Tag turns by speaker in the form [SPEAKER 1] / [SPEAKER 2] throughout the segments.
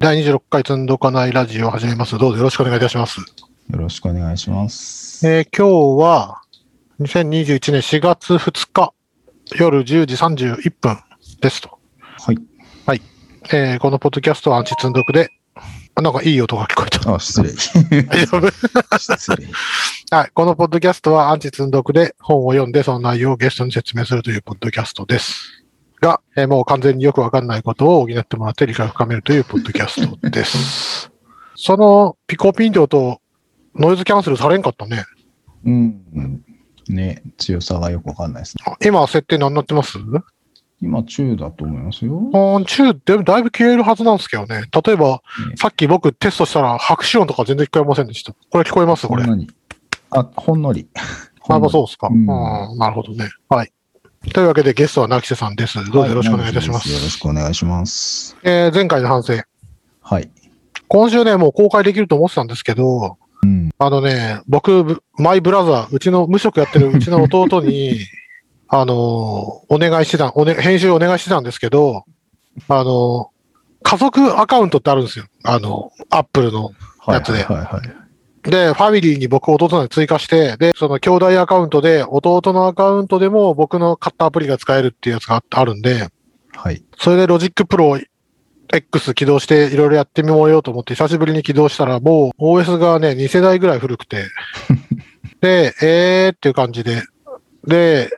[SPEAKER 1] 第26回積んどかないラジオを始めます。どうぞよろしくお願いいたします。
[SPEAKER 2] よろしくお願いします。
[SPEAKER 1] えー今日は2021年4月2日夜10時31分ですと。
[SPEAKER 2] はい。
[SPEAKER 1] えーこのポッドキャストはアンチ積んどくで、あなんかいい音が聞こえた。
[SPEAKER 2] あ、 失礼。
[SPEAKER 1] 大丈夫
[SPEAKER 2] 失礼。
[SPEAKER 1] はい。このポッドキャストはアンチ積んどくで本を読んでその内容をゲストに説明するというポッドキャストです。が、えーもう完全によくわかんないことを補ってもらって理解を深めるというポッドキャストです。そのピコピン量とノイズキャンセルされんかったね。
[SPEAKER 2] うん。ね、強さがよくわかんないですね。
[SPEAKER 1] 今設定何になってます
[SPEAKER 2] 今、中だと思いますよ。
[SPEAKER 1] うん、中でもだいぶ消えるはずなんですけどね。例えば、
[SPEAKER 2] ね
[SPEAKER 1] さっき僕テストしたら拍手音とか全然聞こえませんでした。これ聞こえますこれ。
[SPEAKER 2] ほんのりあ、ほんのり。
[SPEAKER 1] あ、まあ
[SPEAKER 2] ほんのり
[SPEAKER 1] そうですか。う、
[SPEAKER 2] うんん
[SPEAKER 1] なるほどね。はい。というわけでゲストは泣きせさんです。どうぞよろしくお願いいたします。
[SPEAKER 2] はよろしくお願いします。
[SPEAKER 1] えー前回の反省。
[SPEAKER 2] はい。
[SPEAKER 1] 今週ね、もう公開できると思ってたんですけど、
[SPEAKER 2] うん。
[SPEAKER 1] あのね、僕、ブマイブラザー、うちの無職やってるうちの弟に、あのーお願いしてた、おね、編集お願いしてたんですけど、あのー家族アカウントってあるんですよ。あの、アップルの。
[SPEAKER 2] はい
[SPEAKER 1] やつで
[SPEAKER 2] はいはい。
[SPEAKER 1] で、ファミリーに僕弟のに追加して、で、その兄弟アカウントで、弟のアカウントでも僕の買ったアプリが使えるっていうやつがああるんで、
[SPEAKER 2] はい。
[SPEAKER 1] それでロジックプロ X 起動していろいろやってみようと思って久しぶりに起動したらもう OS がね、2世代ぐらい古くて。で、えーっていう感じで。で、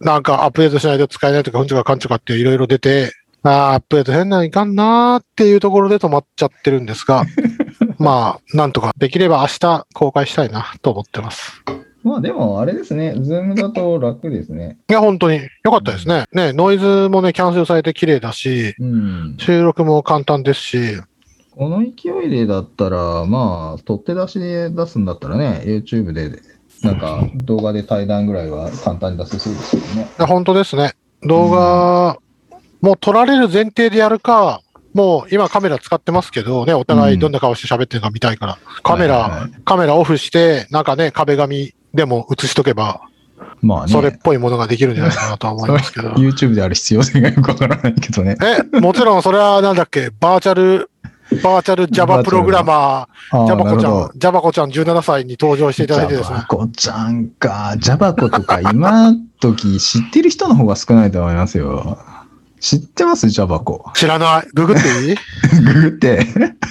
[SPEAKER 1] なんかアップデートしないと使えないとか、うんちゅかかんちゅかっていろいろ出て、あーアップデート変なのいかんなーっていうところで止まっちゃってるんですが、まあ、なんとかできれば明日公開したいなと思ってます。
[SPEAKER 2] まあでも、あれですね。ズームだと楽です ね。
[SPEAKER 1] いや、本当に良かったですね。ね、ノイズもね、キャンセルされて綺麗だし、
[SPEAKER 2] うん。
[SPEAKER 1] 収録も簡単ですし、
[SPEAKER 2] この勢いでだったら、まあ、取って出しで出すんだったらね、YouTube で、な んか動画で対談ぐらいは簡単に出せそうですよね。
[SPEAKER 1] いや本当ですね。動画、もう撮られる前提でやるか、もう今カメラ使ってますけどね、お互いどんな顔して喋ってるか見たいから、カメラ、
[SPEAKER 2] はいはい
[SPEAKER 1] カメラオフして、なんかね、壁紙でも映しとけば、
[SPEAKER 2] まあね、
[SPEAKER 1] それっぽいものができるんじゃないかなとは思いますけど。
[SPEAKER 2] YouTube である必要性がよくわからないけどね。
[SPEAKER 1] え、もちろんそれはなんだっけ、バーチャル、バーチャル Java プログラマ
[SPEAKER 2] あ
[SPEAKER 1] ー、
[SPEAKER 2] あ
[SPEAKER 1] ジャバコちゃ
[SPEAKER 2] なる
[SPEAKER 1] ん、ジャバコちゃん17歳に登場していただいて
[SPEAKER 2] ジ
[SPEAKER 1] で
[SPEAKER 2] ャ
[SPEAKER 1] す
[SPEAKER 2] バ
[SPEAKER 1] ね。
[SPEAKER 2] コちゃんか。ジャバコとか今時知ってる人の方が少ないと思いますよ。知ってますジャバコ。
[SPEAKER 1] 知らない。ググっていい
[SPEAKER 2] ググって。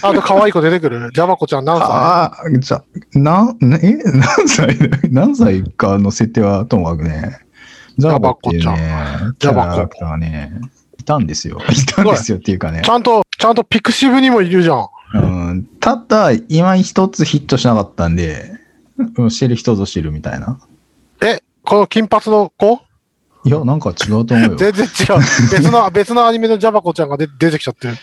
[SPEAKER 1] あと可愛い子出てくるジャバコちゃん何歳
[SPEAKER 2] ああ、じゃ、なん、え、何歳だ何歳かの設定はともかくね。ジャバコっていうね、
[SPEAKER 1] ジ
[SPEAKER 2] キ
[SPEAKER 1] ャ
[SPEAKER 2] ャ
[SPEAKER 1] バコ
[SPEAKER 2] ラクターがね、いたんですよ。いたんですよっていうかね
[SPEAKER 1] ち。ゃんと、ちゃんとピクシブにもいるじゃん。
[SPEAKER 2] うん、ただ、今一つヒットしなかったんで、うん知る人ぞ知るみたいな。
[SPEAKER 1] え、この金髪の子
[SPEAKER 2] いや、なんか違うと思うよ。
[SPEAKER 1] 全然違う。別の、 別のアニメのジャバコちゃんが出出てきちゃってる。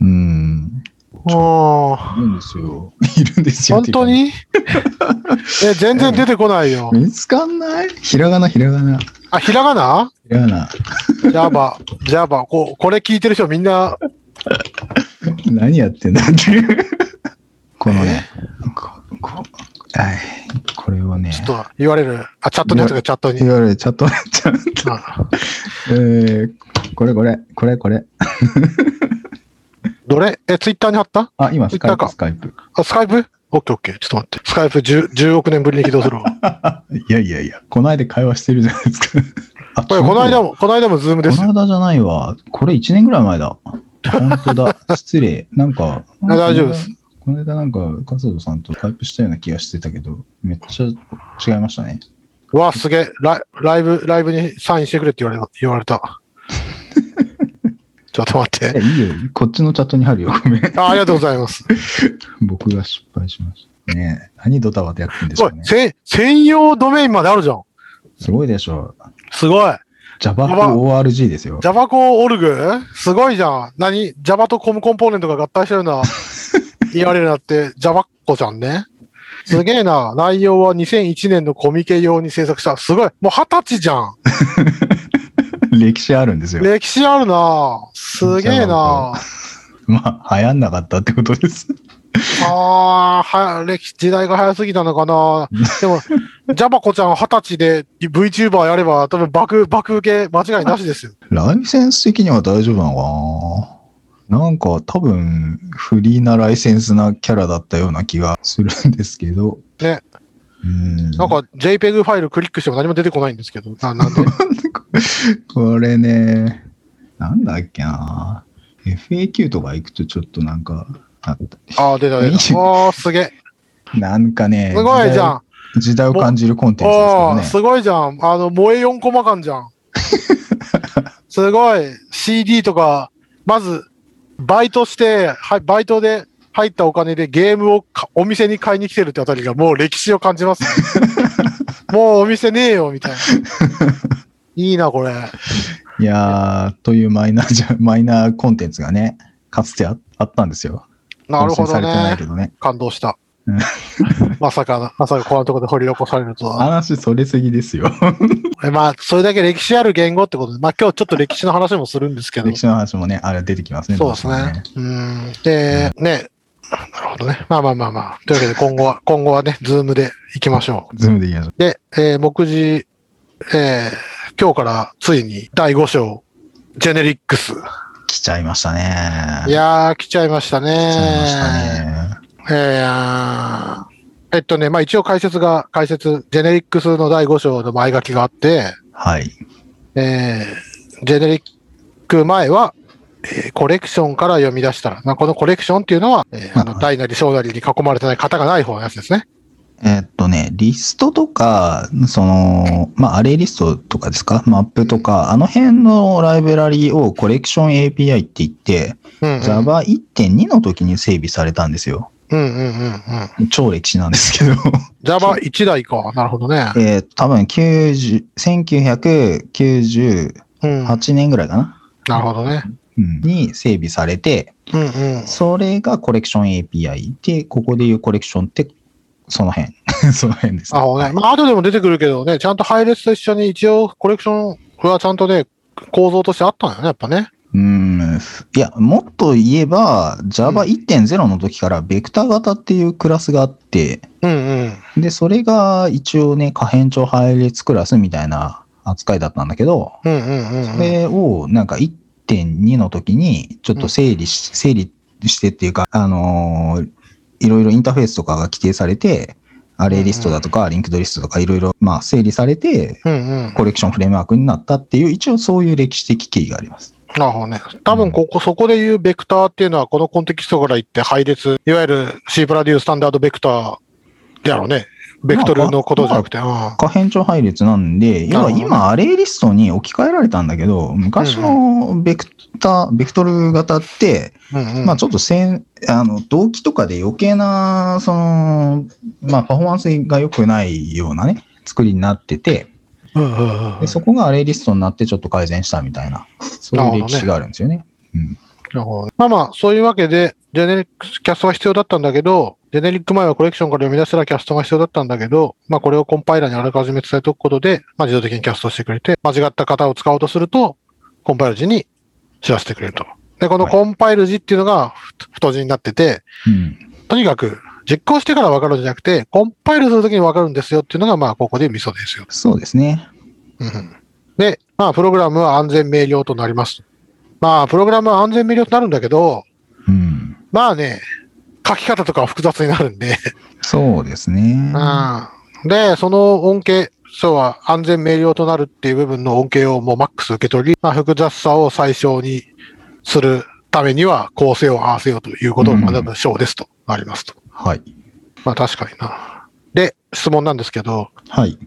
[SPEAKER 2] うん。
[SPEAKER 1] ああ。
[SPEAKER 2] いるんですよ。いるんですよ。
[SPEAKER 1] 本当にえ、全然出てこないよ
[SPEAKER 2] っていうか。見つかんないひらがな、ひらがな。ひ
[SPEAKER 1] あ、ひらがな
[SPEAKER 2] らがな。
[SPEAKER 1] ジャバ、ジャバ。ここれ聞いてる人みんな、
[SPEAKER 2] 何やってんだっていう。このね、こ、こ、はい、これをね
[SPEAKER 1] ちょ、っと言われる。あ、チャットにやつがチャット
[SPEAKER 2] い
[SPEAKER 1] に。
[SPEAKER 2] わゆるチャット、チャット、
[SPEAKER 1] あ
[SPEAKER 2] えー、これこれ、これこれ。
[SPEAKER 1] どれえ、ツイッターに貼った
[SPEAKER 2] あ、今、スカ
[SPEAKER 1] 言
[SPEAKER 2] イ
[SPEAKER 1] ったか
[SPEAKER 2] プ、スカイプ。
[SPEAKER 1] あ、スカイプオッケーオッケー。ちょっと待って。スカイプ 10, 10億年ぶりに起動 するわ。
[SPEAKER 2] いやいやいや、この間会話してるじゃないですか。あ、
[SPEAKER 1] これ、この間
[SPEAKER 2] も。
[SPEAKER 1] も、この間もズームです
[SPEAKER 2] こ
[SPEAKER 1] よ。
[SPEAKER 2] の間じゃないわ。これ1年ぐらい前だ。本当だ。 失礼。なんか。
[SPEAKER 1] あ大丈夫です。
[SPEAKER 2] この間なんか、カズドさんとタイプしたような気がしてたけど、めっちゃ違いましたね。
[SPEAKER 1] うわ、すげえ。ライライブ、ライブにサインしてくれって言われた。言われ たちょっと待って
[SPEAKER 2] え、。いいよ。こっちのチャットに貼るよ。ごめん。
[SPEAKER 1] あありがとうございます。
[SPEAKER 2] 僕が失敗しました。ねえ。何ドタバタやってんですしょ
[SPEAKER 1] ご
[SPEAKER 2] う
[SPEAKER 1] い、
[SPEAKER 2] ね。
[SPEAKER 1] せん専用ドメインまであるじゃん。
[SPEAKER 2] すごいでしょう。
[SPEAKER 1] すごい。
[SPEAKER 2] Java
[SPEAKER 1] やば
[SPEAKER 2] ORG ですよ。
[SPEAKER 1] ジャバコオルグすごいじゃん。何 ?Java とコムコンポーネントが合体したよう な言われるなって、ジャバッコじゃんね。すげえな。内容は2001年のコミケ用に制作した。すごい。もう二十歳じゃん。
[SPEAKER 2] 歴史あるんですよ。
[SPEAKER 1] 歴史あるな。すげえな。
[SPEAKER 2] まあ、流行んなかったってことです。
[SPEAKER 1] ああ、は、歴史、時代が早すぎたのかな。でも、ジャバコちゃん二十歳で VTuber やれば、多分爆、爆受け間違いなしですよ。
[SPEAKER 2] ライセンス的には大丈夫なのかななんか多分フリーなライセンスなキャラだったような気がするんですけど。
[SPEAKER 1] ね。
[SPEAKER 2] うん。
[SPEAKER 1] なんか JPEG ファイルクリックしても何も出てこないんですけど、ななんで
[SPEAKER 2] これね、なんだっけな FAQ とか行くとちょっとなんか、あ
[SPEAKER 1] ああ、出た出た。おー、すげえ。
[SPEAKER 2] なんかね、
[SPEAKER 1] すごいじゃん。
[SPEAKER 2] 時代を時代を感じるコンテンツですけ
[SPEAKER 1] お
[SPEAKER 2] ど
[SPEAKER 1] ー、
[SPEAKER 2] ね。
[SPEAKER 1] すごいじゃん。あの、萌え4コマ感じ ゃん。すごい。CD とか、まず、バイトして、はい、バイトで入ったお金でゲームをかお店に買いに来てるってあたりがもう歴史を感じます、 もうお店ねえよ、みたいな。いいな、これ。
[SPEAKER 2] いやー、というマイナーじゃ、 マイナーコンテンツがね、かつてああったんですよ。
[SPEAKER 1] なるほ
[SPEAKER 2] 更新さ
[SPEAKER 1] ど
[SPEAKER 2] れてない
[SPEAKER 1] ね
[SPEAKER 2] け。どね。
[SPEAKER 1] 感動 した
[SPEAKER 2] うん。
[SPEAKER 1] まさか、まさかこんなところで掘り起こされるとは。
[SPEAKER 2] 話それすぎですよ。
[SPEAKER 1] えまあ、それだけ歴史ある言語ってことで、まあ今日ちょっと歴史の話もするんですけど
[SPEAKER 2] 歴。史の話もね、あれ出てきますね。
[SPEAKER 1] そうです
[SPEAKER 2] どしても
[SPEAKER 1] ね。うん。で、ね。なるほどね。まあまあまあまあ。というわけで今後は、 今後はね、ズームで行きましょ
[SPEAKER 2] ズームでいきましょう。
[SPEAKER 1] う。で、えー目次、えー今日からついに第5章、ジェネリックス。
[SPEAKER 2] 来ちゃいましたね。
[SPEAKER 1] いやー、来ちゃいました
[SPEAKER 2] 来ちゃいまし
[SPEAKER 1] ね。
[SPEAKER 2] たね。
[SPEAKER 1] えーえっとね、まあ一応解説が、解説、ジェネリックスの第5章の前書きがあって、
[SPEAKER 2] はい。
[SPEAKER 1] えージェネリック前は、えーコレクションから読み出したら、まあ、このコレクションっていうのは、えーあの大なり小なりに囲まれてない型がない方のやつですね。
[SPEAKER 2] えーっとね、リストとか、その、まあ、アレイリストとかですかマップとか、あの辺のライブラリをコレクション API って言って、
[SPEAKER 1] うん、うん。
[SPEAKER 2] Java 1.2の時に整備されたんですよ。
[SPEAKER 1] うんうんうんうん。
[SPEAKER 2] 超歴史なんですけど。
[SPEAKER 1] Java 1台か。なるほどね。
[SPEAKER 2] えー多分90 1998
[SPEAKER 1] うん。
[SPEAKER 2] 年ぐらいかな、
[SPEAKER 1] なるほどね。
[SPEAKER 2] うんに整備されて、
[SPEAKER 1] うんうん。
[SPEAKER 2] それがコレクション API で、ここでいうコレクションって、その辺。 その辺です、
[SPEAKER 1] なるほどね。まあ、後でも出てくるけどね、ちゃんと配列と一緒に一応コレクションはちゃんとね、構造としてあったんだよね、やっぱね。
[SPEAKER 2] うん。いや、もっと言えば、Java 1.0の時から、ベクター型っていうクラスがあって、
[SPEAKER 1] うんうん。
[SPEAKER 2] で、それが一応ね、可変長配列クラスみたいな扱いだったんだけど、
[SPEAKER 1] うんうんうん
[SPEAKER 2] そ
[SPEAKER 1] うん。
[SPEAKER 2] れをなんか1.2の時にちょっと整理し、整理してっていうか、あのーいろいろインターフェースとかが規定されて、アレイリストだとか、リンクドリストとかいろいろ、まあ、整理されて、
[SPEAKER 1] うんうん。
[SPEAKER 2] コレクションフレームワークになったっていう、一応そういう歴史的経緯があります。
[SPEAKER 1] なるほどね。多分ここ、そこで言うベクターっていうのは、このコンテキストから言って配列、いわゆる C プラデュースタンダードベクターでやろうね。ベクトルのことじゃなくて。うん
[SPEAKER 2] 可変長配列なんで、要は
[SPEAKER 1] なるほど
[SPEAKER 2] 今、アレイリストに置き換えられたんだけど、昔のベクター、ベクトル型って、
[SPEAKER 1] うんうん
[SPEAKER 2] まあちょっとせん、あの、動機とかで余計な、その、まあパフォーマンスが良くないようなね、作りになってて、
[SPEAKER 1] うんうんうん
[SPEAKER 2] でそこがアレイリストになってちょっと改善したみたいな、そういう歴史があるんですよね。
[SPEAKER 1] なるほどねまあまあ、そういうわけで、ジェネリックスキャストが必要だったんだけど、ジェネリック前はコレクションから読み出したらキャストが必要だったんだけど、まあこれをコンパイラーにあらかじめ伝えておくことで、まあ自動的にキャストしてくれて、間違った型を使おうとすると、コンパイル時に知らせてくれると。で、この
[SPEAKER 2] はい
[SPEAKER 1] コンパイル時っていうのがふ太字になってて、
[SPEAKER 2] うん。
[SPEAKER 1] とにかく、実行してから分かるんじゃなくて、コンパイルするときに分かるんですよっていうのが、まあ、ここでミソですよ。
[SPEAKER 2] そうですね。
[SPEAKER 1] うんで、まあ、プログラムは安全明瞭となります。まあ、プログラムは安全明瞭となるんだけど、
[SPEAKER 2] うん。
[SPEAKER 1] まあね、書き方とかは複雑になるんで、
[SPEAKER 2] そうですね。
[SPEAKER 1] うんで、その恩恵、そうは安全明瞭となるっていう部分の恩恵をもうマックス受け取り、まあ、複雑さを最小にするためには構成を合わせようということを学ぶ章ですとなりますと。
[SPEAKER 2] はい。
[SPEAKER 1] まあ確かにな。で、質問なんですけど、
[SPEAKER 2] はい。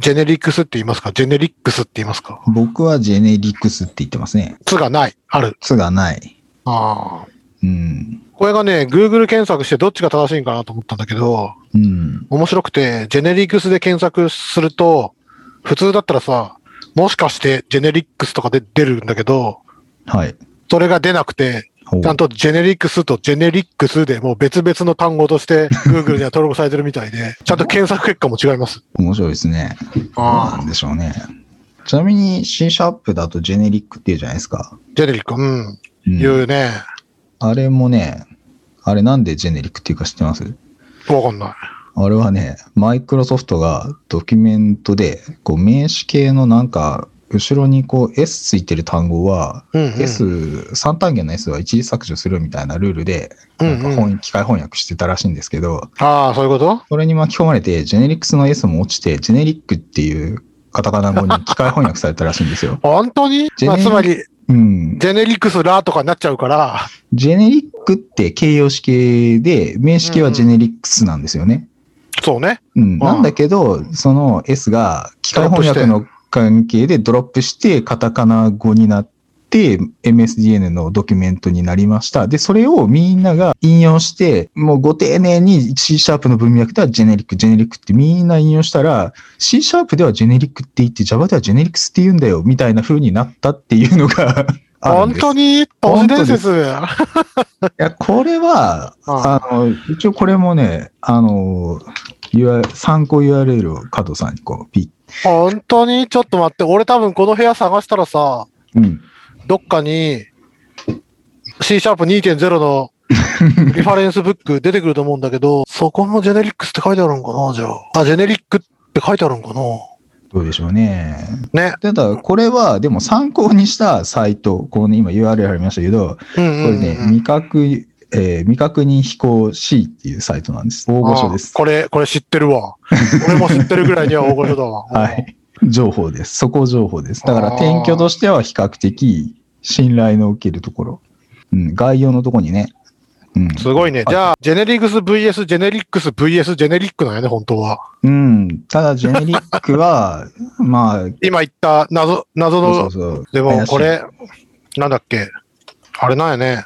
[SPEAKER 1] ジェネリックスって言いますかジェネリックスって言いますか
[SPEAKER 2] 僕はジェネリクスって言ってますね。
[SPEAKER 1] つがない。ある。
[SPEAKER 2] つがない。
[SPEAKER 1] ああ。
[SPEAKER 2] うん。
[SPEAKER 1] これがね、Google 検索してどっちが正しいんかなと思ったんだけど、
[SPEAKER 2] うん。
[SPEAKER 1] 面白くて、ジェネリックスで検索すると、普通だったらさ、もしかしてジェネリックスとかで出るんだけど、
[SPEAKER 2] はい。
[SPEAKER 1] それが出なくて、
[SPEAKER 2] ほう
[SPEAKER 1] ちゃんとジェネリックスとジェネリックスでもう別々の単語として Google には登録されてるみたいで、ちゃんと検索結果も違います。
[SPEAKER 2] 面白いですね。どうなんでしょうね。ちなみに C シャープだとジェネリックって言うじゃないですか。
[SPEAKER 1] ジェネリック、うん。
[SPEAKER 2] うん
[SPEAKER 1] 言うね。
[SPEAKER 2] あれもね、あれなんでジェネリックっていうか知ってます
[SPEAKER 1] わかんない。
[SPEAKER 2] あれはね、マイクロソフトがドキュメントで、こう名詞系のなんか後ろにこう S ついてる単語は、
[SPEAKER 1] うん、うん。
[SPEAKER 2] S、3単元の S は一時削除するみたいなルールで、なんか
[SPEAKER 1] うんうん
[SPEAKER 2] 本、機械翻訳してたらしいんですけど、
[SPEAKER 1] ああ、そういうこと。
[SPEAKER 2] それに巻き込まれて、ジェネリックスの S も落ちて、ジェネリックっていうカタカナ語に 機械翻訳されたらしいんですよ
[SPEAKER 1] 本当に
[SPEAKER 2] ジェ
[SPEAKER 1] ま
[SPEAKER 2] ネ
[SPEAKER 1] あ、つまり、
[SPEAKER 2] うん。
[SPEAKER 1] ジェネリクスラーとかになっちゃうから、
[SPEAKER 2] ジェネリックって形容詞形で、名詞形はジェネリックスなんですよね。
[SPEAKER 1] そうね。
[SPEAKER 2] うん、なんだけど、その S が機械翻訳の関係でドロップして、カタカナ語になって、MSDN のドキュメントになりました。で、それをみんなが引用して、もうご丁寧に C シャープの文脈ではジェネリック、ジェネリックってみんな引用したら、C シャープではジェネリックって言って、Java ではジェネリックスって言うんだよ、みたいな風になったっていうのが あるん
[SPEAKER 1] 本
[SPEAKER 2] です。
[SPEAKER 1] 当に都市伝説。
[SPEAKER 2] いや、これは、
[SPEAKER 1] あ
[SPEAKER 2] あの、一応これもね、あの、UR 参考 URL を加藤さんにこう、ピ
[SPEAKER 1] 本当にちょっと待って、俺多分この部屋探したらさ、
[SPEAKER 2] ッ。うん。
[SPEAKER 1] どっかに C シャープ2.0の リファレンスブック出てくると思うんだけど、そこもジェネリックスって書いてあるんかな、じゃあ。あ、ジェネリックって書いてあるんかな。
[SPEAKER 2] どうでしょうね。
[SPEAKER 1] ね。
[SPEAKER 2] ただ、これは、でも参考にしたサイト、こうね、今 URL ありましたけど、
[SPEAKER 1] うん
[SPEAKER 2] こ
[SPEAKER 1] うん、う
[SPEAKER 2] れ
[SPEAKER 1] ん。
[SPEAKER 2] ね、未確、えー未確認飛行 C っていうサイトなんです。大御所で
[SPEAKER 1] あ
[SPEAKER 2] す。
[SPEAKER 1] これ、これ知ってるわ。俺も知ってるぐらいには大御所だわ。
[SPEAKER 2] はい。情報です。そこ情報です。だから
[SPEAKER 1] あー
[SPEAKER 2] 転居としては比較的信頼の受けるところ。うん、概要のとこにね。うん。
[SPEAKER 1] すごいね。じ
[SPEAKER 2] あ
[SPEAKER 1] ゃあ、ジェネリックス VS ジェネリックス VS ジェネリックなんやね、本当は。
[SPEAKER 2] うん。ただ、ジェネリックは、 まあ、
[SPEAKER 1] 今言った謎、謎の
[SPEAKER 2] そうそうそう。
[SPEAKER 1] でも
[SPEAKER 2] 怪しい
[SPEAKER 1] こ。れ、なんだっけ、あれなんやね。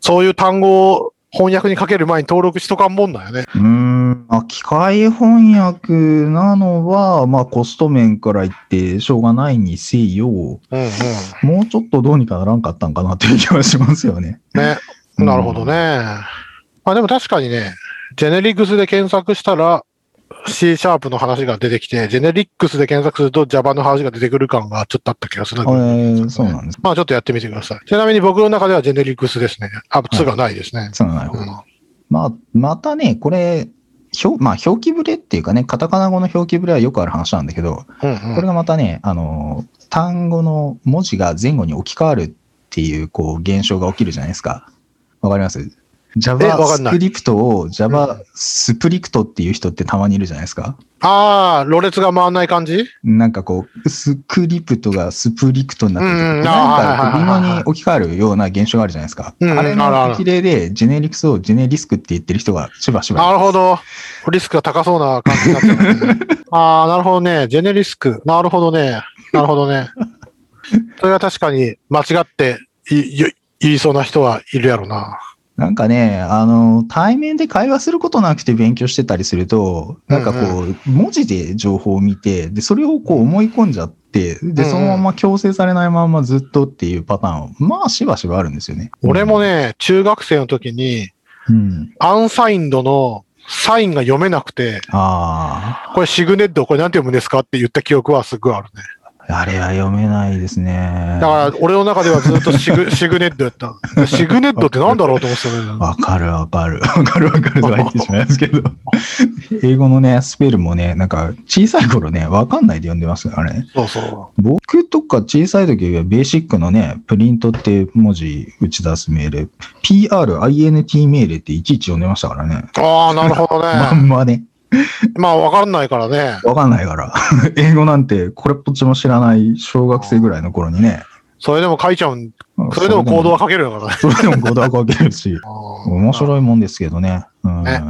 [SPEAKER 1] そういう単語を翻訳にかける前に登録しとかんもんなんやね。
[SPEAKER 2] うーん。まあ、機械翻訳なのは、まあ、コスト面から言って、しょうがないにせよ、も
[SPEAKER 1] うんうん。
[SPEAKER 2] うちょっとどうにかならんかったんかなという気はしますよね。
[SPEAKER 1] ね。
[SPEAKER 2] うん
[SPEAKER 1] なるほどね。まあでも確かにね、ジェネリックスで検索したら C シャープの話が出てきて、ジェネリックスで検索すると Java の話が出てくる感がちょっとあった気がするんだ
[SPEAKER 2] え
[SPEAKER 1] けど。
[SPEAKER 2] ー、そうなんです。
[SPEAKER 1] まあちょっとやってみてください。ちなみに僕の中ではジェネリックスですね。あ、つがないですね。
[SPEAKER 2] そうなるほ
[SPEAKER 1] うん
[SPEAKER 2] ど。まあ、またね、これ、表まあ、表記ブレっていうかね、カタカナ語の表記ブレはよくある話なんだけど、
[SPEAKER 1] うん
[SPEAKER 2] こ
[SPEAKER 1] う
[SPEAKER 2] れ
[SPEAKER 1] ん。
[SPEAKER 2] がまたね、あの、単語の文字が前後に置き換わるっていう、こう、現象が起きるじゃないですか。わかります
[SPEAKER 1] えわか
[SPEAKER 2] ?Java
[SPEAKER 1] ん
[SPEAKER 2] ス
[SPEAKER 1] ない
[SPEAKER 2] クリプトを Java
[SPEAKER 1] う
[SPEAKER 2] スプリクトっていう人ってたまにいるじゃないですか。
[SPEAKER 1] ああ、ろれつが回んない感じ
[SPEAKER 2] なんかこう、スクリプトがスプリクトになって
[SPEAKER 1] うんう
[SPEAKER 2] る
[SPEAKER 1] ん
[SPEAKER 2] となん
[SPEAKER 1] あーはい
[SPEAKER 2] か
[SPEAKER 1] はい
[SPEAKER 2] 微
[SPEAKER 1] はいはい
[SPEAKER 2] 妙に置き換わるような現象があるじゃないですか。
[SPEAKER 1] うんうん
[SPEAKER 2] あれ
[SPEAKER 1] あるある
[SPEAKER 2] の一例で、ジェネリクスをジェネリスクって言ってる人がしばしばい
[SPEAKER 1] な
[SPEAKER 2] る。
[SPEAKER 1] るほど。リスクが高そうな感じになって ますね。ああ、なるほどね。ジェネリスク。なるほどね。なるほど ね。それは確かに間違っていい言いそうな人はいるやろな。
[SPEAKER 2] なんかね、あの、対面で会話することなくて勉強してたりすると、なんかこう、文字で情報を見て、で、それをこう思い込んじゃって、で、
[SPEAKER 1] うん
[SPEAKER 2] そのまま強制されないままずっとっていうパターン、まあ、しばしばあるんですよね。
[SPEAKER 1] 俺もね、中学生の時に
[SPEAKER 2] うん。
[SPEAKER 1] アンサインドのサインが読めなくて、
[SPEAKER 2] あ
[SPEAKER 1] これシグネッド、これなんて読むんですかって言った記憶はすごいあるね。
[SPEAKER 2] あ、あれは読めないですね。
[SPEAKER 1] だから俺の中ではずっとシ グシグネッドやった。シグネッドってなんだろうと思ってたね。
[SPEAKER 2] わかるわかる。わかるわかるとは言ってしまいます けど。英語のね、スペルもね、なんか小さい頃ね、わかんないで読んでますからね。
[SPEAKER 1] そうそう。
[SPEAKER 2] 僕とか小さい時はベーシックのね、プリントって文字打ち出す命令、PRINT 命令っていちいち読んでましたからね。
[SPEAKER 1] ああ、なるほど
[SPEAKER 2] ま
[SPEAKER 1] ね。
[SPEAKER 2] んまね、
[SPEAKER 1] まあわかんないからね。
[SPEAKER 2] わかんないから。 英語なんてこれっぽっちも知らない小学生ぐらいの頃にね。
[SPEAKER 1] それでも書いちゃうんそれでも行動はかけるのかな。
[SPEAKER 2] それでも行動は書け るし、面
[SPEAKER 1] い。
[SPEAKER 2] 白いもんですけどね。うん。
[SPEAKER 1] ね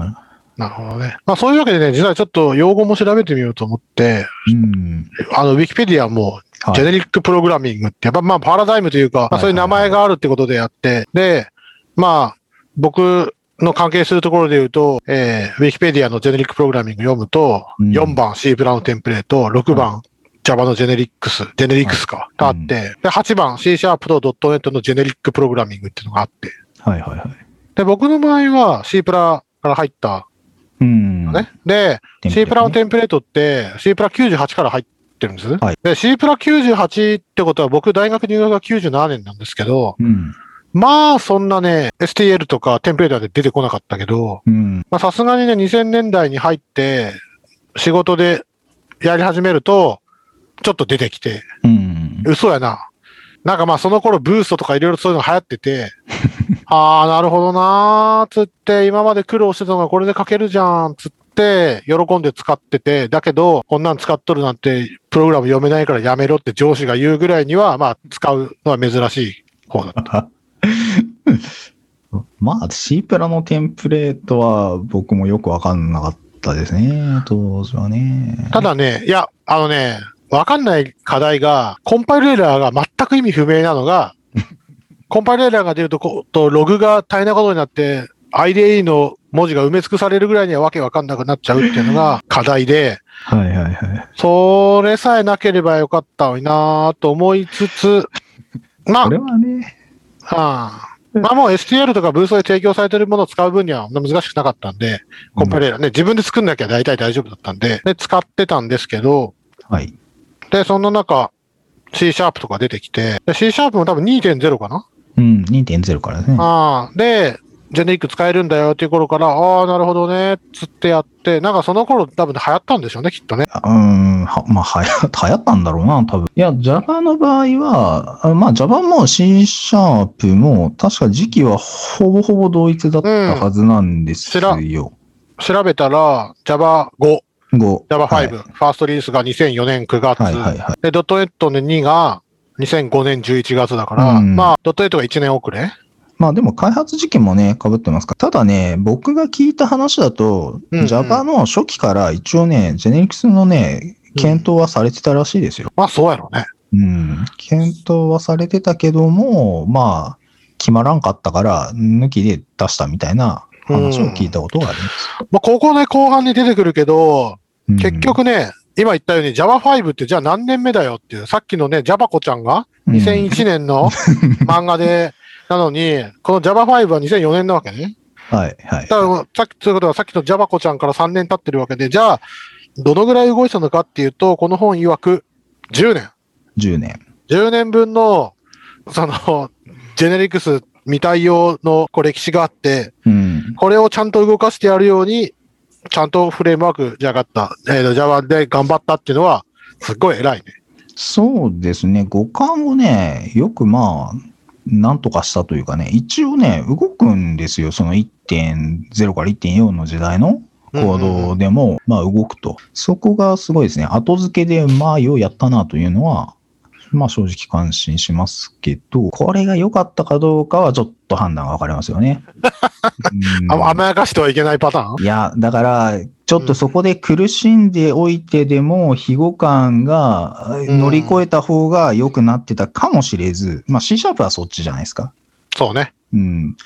[SPEAKER 1] なるほどね。まあそういうわけでね、実はちょっと用語も調べてみようと思って、
[SPEAKER 2] うん。
[SPEAKER 1] あの、ウィキペディアも、
[SPEAKER 2] はい
[SPEAKER 1] ジェネリックプログラミングって、やっぱまあパラダイムというか、まあそういう名前があるってことであって、で、まあ、僕の関係するところで言うと、えー、ウィキペディアのジェネリックプログラミング読むと、
[SPEAKER 2] うん
[SPEAKER 1] 4番 C プラのテンプレート、6番 Java のジェネリックス、ジェネリックスか、があって、で、8番 C シャープと .NET のジェネリックプログラミングっていうのがあって、
[SPEAKER 2] はいはいはい。
[SPEAKER 1] で、僕の場合は C プラから入った
[SPEAKER 2] うん。
[SPEAKER 1] のね。で、
[SPEAKER 2] テンプレ
[SPEAKER 1] C プラの
[SPEAKER 2] ね
[SPEAKER 1] テンプレートって、C プラ98から入ってるんですね。
[SPEAKER 2] はい
[SPEAKER 1] で、C プラ98ってことは、僕、大学入学が97年なんですけど、
[SPEAKER 2] うん。
[SPEAKER 1] まあ、そんなね、STL とかテンプレートで出てこなかったけど、
[SPEAKER 2] うん。
[SPEAKER 1] まあ、さすがにね、2000年代に入って、仕事でやり始めると、ちょっと出てきて、
[SPEAKER 2] うん。
[SPEAKER 1] 嘘やな。なんかまあその頃ブーストとかいろいろそういうの流行って て、ああ、なるほどなー、つって、今まで苦労してたのがこれで書けるじゃん、つって、喜んで使ってて、だけど、こんなん使っとるなんて、プログラム読めないからやめろって上司が言うぐらいには、まあ使うのは珍しい方だった。
[SPEAKER 2] まあ、C プラのテンプレートは僕もよくわかんなかったですね、当時はね。
[SPEAKER 1] ただね、いや、あのね、わかんない課題が、コンパイレーラーが全く意味不明なのが、コンパイレーラーが出るとこと、ログが大変なことになって、IDE の文字が埋め尽くされるぐらいにはわけわかんなくなっちゃうっていうのが課題で、
[SPEAKER 2] はいはいはい。
[SPEAKER 1] それさえなければよかったのになぁと思いつつ、まあ
[SPEAKER 2] これ、はね、
[SPEAKER 1] ああまあもう STL とかブーストで提供されてるものを使う分には難しくなかったんで、コンパイレーラーね、自分で作んなきゃ大体大丈夫だったんで、で使ってたんですけど、
[SPEAKER 2] はい。
[SPEAKER 1] で、そんな中、C シャープとか出てきて、で C シャープも多分2.0かな、
[SPEAKER 2] うん、2.0からですね。
[SPEAKER 1] ああで、ジェネリック使えるんだよっていう頃から、ああ、なるほどね、つってやって、なんかその頃多分流行ったんでしょうね、きっとね。
[SPEAKER 2] うーん、はまあ、はや、 流行ったんだろうな、多分。いや、Java の場合は、あまあ、Java も C シャープも、確か時期はほぼほぼ同一だったはずなんですよ。
[SPEAKER 1] うん調べたら、Java5、
[SPEAKER 2] 5。
[SPEAKER 1] Java5、
[SPEAKER 2] はい
[SPEAKER 1] ファーストリリースが2004年9月、
[SPEAKER 2] はいはいはい。
[SPEAKER 1] で、ドットネットの2が2005年11月だから、
[SPEAKER 2] うん
[SPEAKER 1] まあ、ドットネットが1年遅れ
[SPEAKER 2] まあでも開発時期もね、被ってますから。ただね、僕が聞いた話だと、
[SPEAKER 1] うんうん
[SPEAKER 2] Java の初期から一応ね、ジェネリクスのね、検討はされてたらしいですよ。
[SPEAKER 1] まあ、そうやろうね。
[SPEAKER 2] うん。検討はされてたけども、まあ、決まらんかったから、抜きで出したみたいな話を聞いたことがあります。
[SPEAKER 1] まあ、ここね、後半に出てくるけど、
[SPEAKER 2] うん
[SPEAKER 1] 結、局ね、今言ったように Java5 ってじゃあ何年目だよっていう、さっきのね、Java 子ちゃんが
[SPEAKER 2] うん
[SPEAKER 1] 2001年の 漫画で、なのに、この Java5 は2004年なわけね。
[SPEAKER 2] はい、は
[SPEAKER 1] だ
[SPEAKER 2] い。
[SPEAKER 1] から、さっき、ということはさっきの Java 子ちゃんから3年経ってるわけで、じゃあ、どのぐらい動いてたのかっていうと、この本曰く、10年。
[SPEAKER 2] 10年。
[SPEAKER 1] 10年分の、その、ジェネリクス未対応のこう歴史があって、
[SPEAKER 2] うん。
[SPEAKER 1] これをちゃんと動かしてやるように、ちゃんとフレームワークじゃなかった、えーと、Java で頑張ったっていうのは、すっごい偉いね。
[SPEAKER 2] そうですね。五感をね、よくまあ、なんとかしたというかね、一応ね、動くんですよ。その1.0から1.4の時代の行動でも、まあ動くと。そこがすごいですね。後付けで、まあ、ようやったなというのは、まあ正直感心しますけど、これが良かったかどうかはちょっと判断が分かれますよね。うん
[SPEAKER 1] あ甘やかしてはいけないパターン
[SPEAKER 2] いや、だから、ちょっとそこで苦しんでおいてでも、非語感が
[SPEAKER 1] ん
[SPEAKER 2] 乗り越えた方が良くなってたかもしれず、まあ C シャープはそっちじゃないですか。
[SPEAKER 1] そうね。
[SPEAKER 2] うん。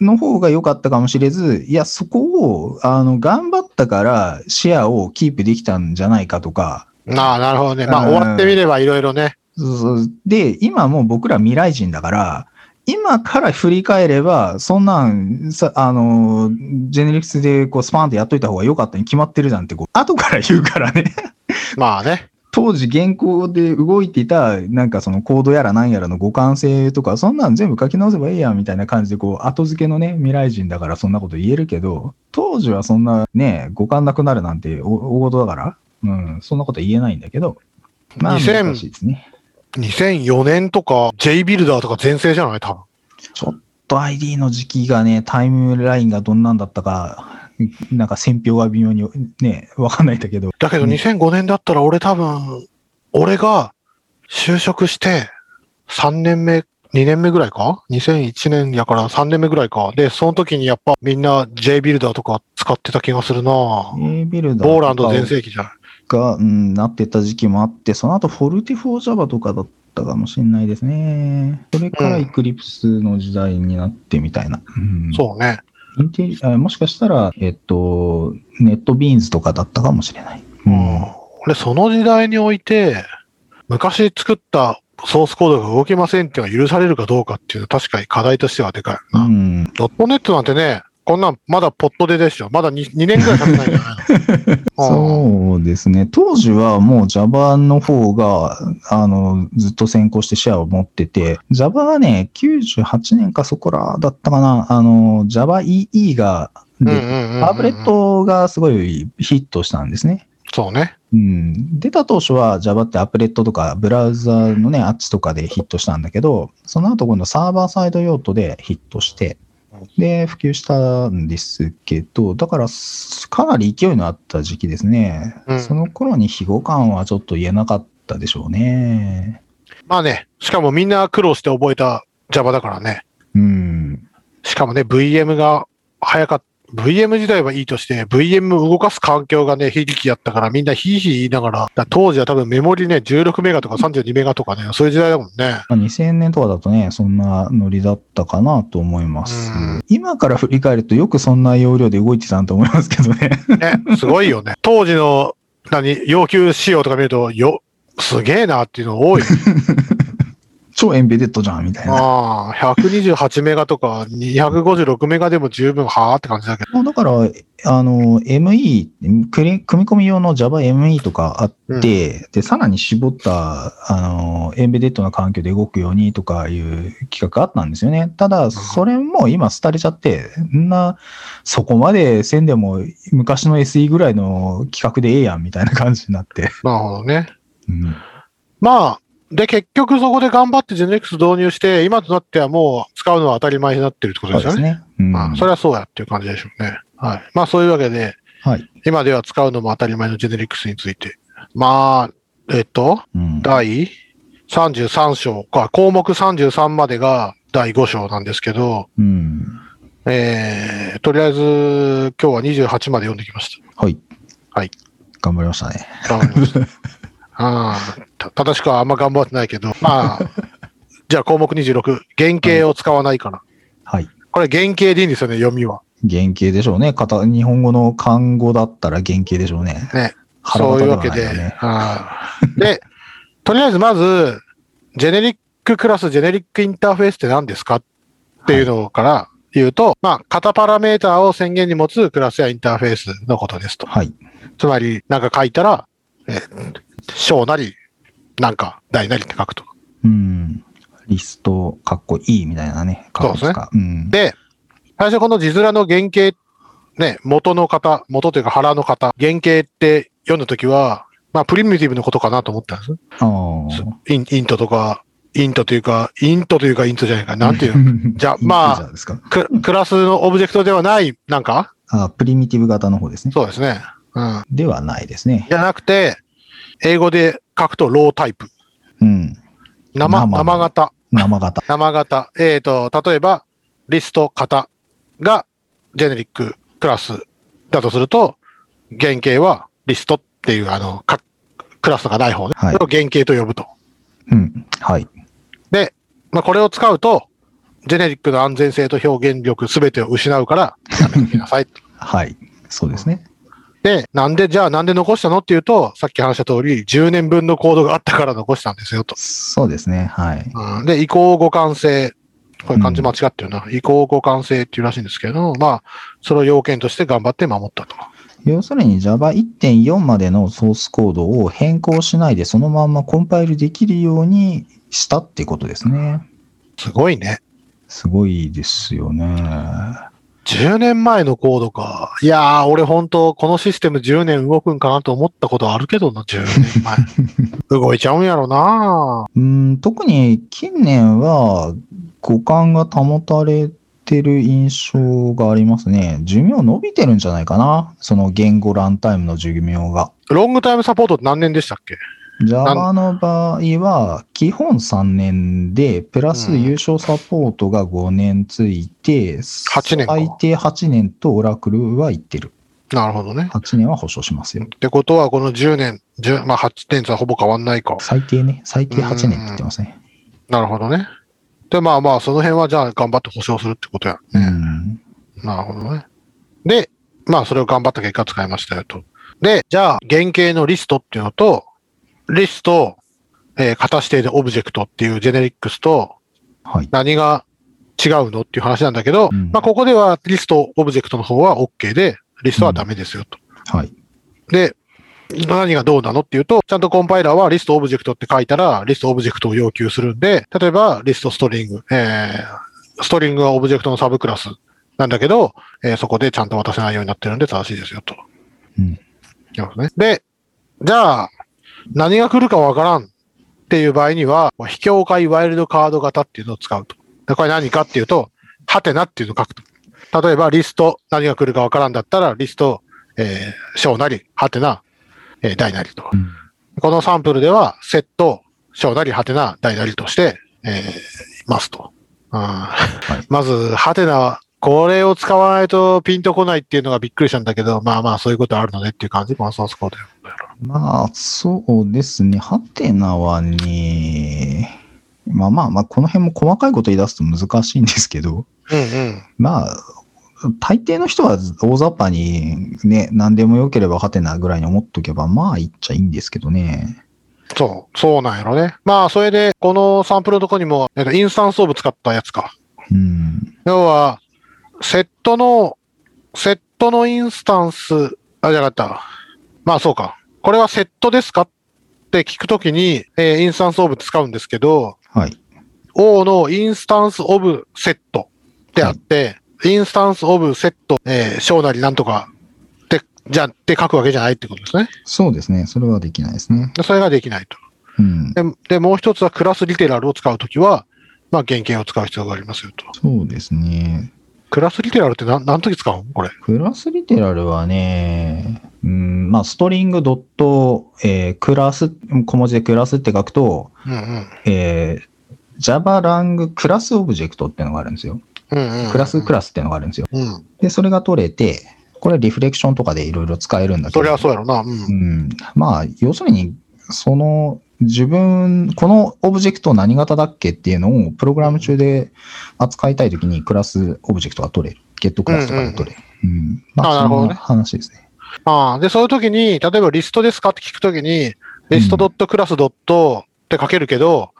[SPEAKER 2] の方が良かったかもしれず、いや、そこを、あの、頑張ったからシェアをキープできたんじゃないかとか、
[SPEAKER 1] なあ、なるほどね。まあ、
[SPEAKER 2] うん
[SPEAKER 1] 終わってみればいろいろね。
[SPEAKER 2] そうそうで、今もう僕ら未来人だから、今から振り返れば、そんなん、さあの、ジェネリクスでこうスパーンとやっといた方が良かったに決まってるじゃんって、こう、後から言うからね。
[SPEAKER 1] まあね。
[SPEAKER 2] 当時原稿で動いていた、なんかそのコードやら何やらの互換性とか、そんなん全部書き直せばいいやんみたいな感じで、こう、後付けのね、未来人だからそんなこと言えるけど、当時はそんなね、互換なくなるなんてお大事だから、うん、そんなこと言えないんだけど、まあ、
[SPEAKER 1] 2000
[SPEAKER 2] 難しいですね。
[SPEAKER 1] 2004年とか、J ビルダーとか全盛じゃない多分。
[SPEAKER 2] ちょっと ID の時期がね、タイムラインがどんなんだったか、なんか選票が微妙にね、わかんないんだけど、
[SPEAKER 1] だけど
[SPEAKER 2] うん
[SPEAKER 1] 2005年だったら俺多分、俺が就職して3年目、2年目ぐらいか ?2001 年やから3年目ぐらいか。で、その時にやっぱみんな J ビルダーとか使ってた気がするなぁ
[SPEAKER 2] A ビルダー
[SPEAKER 1] ボーランド全盛期じゃん。
[SPEAKER 2] が、うん、なってた時期もあって、その後、フォルティフォー Java とかだったかもしれないですね。それから
[SPEAKER 1] うん
[SPEAKER 2] Eclipse の時代になってみたいな。うん
[SPEAKER 1] そうね。
[SPEAKER 2] インテリあもしかしたら、えっと、ネットビーンズとかだったかもしれない。うん
[SPEAKER 1] 俺その時代において、昔作ったソースコードが動きませんっていうのは許されるかどうかっていうのは確かに課題としてはでかいよな。
[SPEAKER 2] うん
[SPEAKER 1] ドットネットなんてね、こんなんまだポットででしょ。まだ 2, 2年ぐらい経ってないんじゃない のうん
[SPEAKER 2] そうですね。当時はもう Java の方が、あの、ずっと先行してシェアを持ってて、Java はね、98年かそこらだったかな、あの、Java EE が、
[SPEAKER 1] うん
[SPEAKER 2] で
[SPEAKER 1] うんうんうん
[SPEAKER 2] タブレットがすごいヒットしたんですね。
[SPEAKER 1] そうね。
[SPEAKER 2] うん、出た当初は Java ってアプレットとかブラウザーのね、アッチとかでヒットしたんだけど、その後今度サーバーサイド用途でヒットして、で、普及したんですけど、だからかなり勢いのあった時期ですね。
[SPEAKER 1] うん
[SPEAKER 2] その頃に非語感はちょっと言えなかったでしょうね。
[SPEAKER 1] まあね、しかもみんな苦労して覚えた Java だからね。
[SPEAKER 2] うん。
[SPEAKER 1] しかもね、VM が早かった。VM 自体はいいとして、VM 動かす環境がね、非力だったから、みんなヒーヒー言いながら、だから当時は多分メモリね、16メガとか32メガとかね、そういう時代だもんね。
[SPEAKER 2] まあ、2000年とかだとね、そんなノリだったかなと思います。
[SPEAKER 1] うん
[SPEAKER 2] 今から振り返るとよくそんな容量で動いてたなと思いますけどね。
[SPEAKER 1] ね、すごいよね。 当時の、何、要求仕様とか見ると、よ、すげえなっていうの多い。
[SPEAKER 2] 超エンベデッドじゃん、みたいな。
[SPEAKER 1] ああ、128メガとか256メガでも十分はあって感じだけど。
[SPEAKER 2] まあ、だから、あの、ME、くれ組み込み用の Java ME とかあって、で、さらに絞った、あの、エンベデッドな環境で動くようにとかいう企画があったんですよね。ただ、それも今廃れちゃって、んな、そこまでせんでも昔の SE ぐらいの企画でええやんみたいな感じになって。
[SPEAKER 1] なるほどね。
[SPEAKER 2] うん
[SPEAKER 1] まあ、で、結局そこで頑張ってジェネリクス導入して、今となってはもう使うのは当たり前になってるってこと
[SPEAKER 2] そう
[SPEAKER 1] です
[SPEAKER 2] で
[SPEAKER 1] よね。
[SPEAKER 2] すね。うん
[SPEAKER 1] まあ、それはそうやっていう感じでしょうね。はい。まあ、そういうわけで、
[SPEAKER 2] はい。
[SPEAKER 1] 今では使うのも当たり前のジェネリックスについて。まあ、えっと、
[SPEAKER 2] うん
[SPEAKER 1] 第33章か、項目33までが第5章なんですけど、
[SPEAKER 2] うん。
[SPEAKER 1] えー、とりあえず今日は28まで読んできました。
[SPEAKER 2] はい。
[SPEAKER 1] はい。
[SPEAKER 2] 頑張りましたね。
[SPEAKER 1] 頑張りました。 あーた正しくはあんま頑張ってないけど、まあ、 じゃあ項目26、原型を使わないから。
[SPEAKER 2] はい。
[SPEAKER 1] これ原型でいいんですよね、読みは。
[SPEAKER 2] 原型でしょうね。片日本語の漢語だったら原型でしょうね。
[SPEAKER 1] ね。
[SPEAKER 2] 腹
[SPEAKER 1] そうい
[SPEAKER 2] 渡
[SPEAKER 1] う
[SPEAKER 2] では
[SPEAKER 1] わ
[SPEAKER 2] ない
[SPEAKER 1] け
[SPEAKER 2] よ
[SPEAKER 1] で。
[SPEAKER 2] ね
[SPEAKER 1] はいで、 とりあえずまず、ジェネリッククラス、ジェネリックインターフェースって何ですかっていうのから言うと、まあ、型パラメーターを宣言に持つクラスやインターフェースのことですと。
[SPEAKER 2] はい。
[SPEAKER 1] つまり、なんか書いたら、えー小なり、なんか、大なりって書くと。
[SPEAKER 2] うん。リスト、かっこいいみたいなね。かっこいいかうん。
[SPEAKER 1] で、最初この字面の原型、ね、元の型、元というか腹の型、原型って読んだときは、まあ、プリミティブのことかなと思ったんです。
[SPEAKER 2] あー
[SPEAKER 1] インイントとか、イントというか、イントというかイントじゃないか、なんていう じゃあまあ
[SPEAKER 2] インテジャーですか
[SPEAKER 1] ククラスのオブジェクトではない、なんか
[SPEAKER 2] あープリミティブ型の方ですね。
[SPEAKER 1] そうですね。うん。
[SPEAKER 2] ではないですね。
[SPEAKER 1] じゃなくて、英語で書くとロータイプ。
[SPEAKER 2] うん。
[SPEAKER 1] 生、
[SPEAKER 2] 生
[SPEAKER 1] 生型。
[SPEAKER 2] 生型。
[SPEAKER 1] 生型。えっ、と、例えば、リスト型がジェネリッククラスだとすると、原型はリストっていう、あの、かクラスがない方ね。
[SPEAKER 2] はい
[SPEAKER 1] それを原型と呼ぶと。
[SPEAKER 2] うん。はい。
[SPEAKER 1] で、まあ、これを使うと、ジェネリックの安全性と表現力すべてを失うから、やめときなさい。
[SPEAKER 2] はい。そうですね。
[SPEAKER 1] で、なんで、じゃあなんで残したのっていうと、さっき話した通り、10年分のコードがあったから残したんですよと。
[SPEAKER 2] そうですね。はい。
[SPEAKER 1] うんで、移行互換性。これ漢字間違ってるな。移行互換性っていうらしいんですけど、まあ、それを要件として頑張って守ったと。
[SPEAKER 2] 要するに Java 1.4までのソースコードを変更しないでそのまんまコンパイルできるようにしたってことですね。
[SPEAKER 1] すごいね。
[SPEAKER 2] すごいですよね。
[SPEAKER 1] 10年前のコードか。いやー、俺本当このシステム10年動くんかなと思ったことあるけどな、10年前。動いちゃうんやろな
[SPEAKER 2] うん、特に近年は五感が保たれてる印象がありますね。寿命伸びてるんじゃないかな。その言語ランタイムの寿命が。
[SPEAKER 1] ロングタイムサポートって何年でしたっけ
[SPEAKER 2] Java の場合は、基本3年で、プラス
[SPEAKER 1] うん
[SPEAKER 2] 優勝サポートが5年ついて、
[SPEAKER 1] 年か
[SPEAKER 2] 最低8年とオラクルは言ってる。
[SPEAKER 1] なるほどね。
[SPEAKER 2] 8年は保証しますよ
[SPEAKER 1] っ。てことは、この10年、10まあ、8年とはほぼ変わんないか。
[SPEAKER 2] 最低ね。最低8年って言ってますね。
[SPEAKER 1] なるほどね。で、まあまあ、その辺はじゃあ頑張って保証するってことや
[SPEAKER 2] う
[SPEAKER 1] ね。
[SPEAKER 2] ん。
[SPEAKER 1] なるほどね。で、まあ、それを頑張った結果使いましたよと。で、じゃあ、原型のリストっていうのと、リスト、えー型指定でオブジェクトっていうジェネリックスと
[SPEAKER 2] はい。
[SPEAKER 1] 何が違うのっていう話なんだけど、
[SPEAKER 2] うん
[SPEAKER 1] まあ、ここではリスト、オブジェクトの方は OK で、リストはダメですよと。
[SPEAKER 2] はい。
[SPEAKER 1] で、何がどうなのっていうと、ちゃんとコンパイラーはリストオブジェクトって書いたら、リストオブジェクトを要求するんで、例えばリストストリング、えー、ストリングはオブジェクトのサブクラスなんだけど、えーそこでちゃんと渡せないようになってるんで正しいですよと。
[SPEAKER 2] うん
[SPEAKER 1] なるほどね。で、じゃあ、何が来るかわからんっていう場合には、非境界ワイルドカード型っていうのを使うと。でこれ何かっていうと、ハテナっていうのを書くと。例えば、リスト、何が来るかわからんだったら、リスト、えー、小なり、ハテナ、えー大なりと。このサンプルでは、セット、小なり、ハテナ、大なりとして、えーいますと。あー
[SPEAKER 2] はい
[SPEAKER 1] まず、ハテナ、これを使わないとピンとこないっていうのがびっくりしたんだけど、まあまあ、そういうことあるのねっていう感じ、マンソースコード
[SPEAKER 2] まあ、そうですね。ハテナはね、まあまあまあ、この辺も細かいこと言い出すと難しいんですけど、
[SPEAKER 1] うんうん。
[SPEAKER 2] まあ、大抵の人は大雑把にね、何でも良ければハテナぐらいに思っとけば、まあ言っちゃいいんですけどね。
[SPEAKER 1] そう、そうなんやろね。まあ、それで、このサンプルのとこにも、えっと、インスタンスオブ使ったやつか。
[SPEAKER 2] うん。
[SPEAKER 1] 要は、セットの、セットのインスタンス、あ、じゃなかった。まあ、そうか。これはセットですかって聞くときに、えーインスタンスオブ使うんですけど、
[SPEAKER 2] はい。
[SPEAKER 1] O のインスタンスオブセットであって、インスタンスオブセット、えー小なりなんとかって、じゃ、って書くわけじゃないってことですね。
[SPEAKER 2] そうですね。それはできないですね。
[SPEAKER 1] でそれができないと。
[SPEAKER 2] うん。
[SPEAKER 1] で、でもう一つはクラスリテラルを使うときは、まあ原型を使う必要がありますよと。
[SPEAKER 2] そうですね。
[SPEAKER 1] クラスリテラルって何、何の時使うのこれ。
[SPEAKER 2] クラスリテラルはね、うん、まあ、ストリングドット、えークラス、小文字でクラスって書くと、
[SPEAKER 1] うんうん。
[SPEAKER 2] えー Java ラングクラスオブジェクトっていうのがあるんですよ。
[SPEAKER 1] うんうん。
[SPEAKER 2] クラスク
[SPEAKER 1] ラ
[SPEAKER 2] ラスっていうのがあるんですよ。
[SPEAKER 1] ス。うん。
[SPEAKER 2] で、それが取れて、これはリフレクションとかでいろいろ使えるんだけど。
[SPEAKER 1] それはそうやろな。うん。う
[SPEAKER 2] うんん。まあ、要するに、その、自分、このオブジェクト何型だっけっていうのをプログラム中で扱いたいときにクラスオブジェクトが取れる。ゲットクラスとかで取れる。うんま
[SPEAKER 1] あ
[SPEAKER 2] あ、
[SPEAKER 1] なるほ
[SPEAKER 2] そ
[SPEAKER 1] ど
[SPEAKER 2] ん
[SPEAKER 1] ね
[SPEAKER 2] な話ですね。
[SPEAKER 1] ああ、で、そういう時に、例えばリストですかって聞くときに、リストドットクラスドットって書けるけど、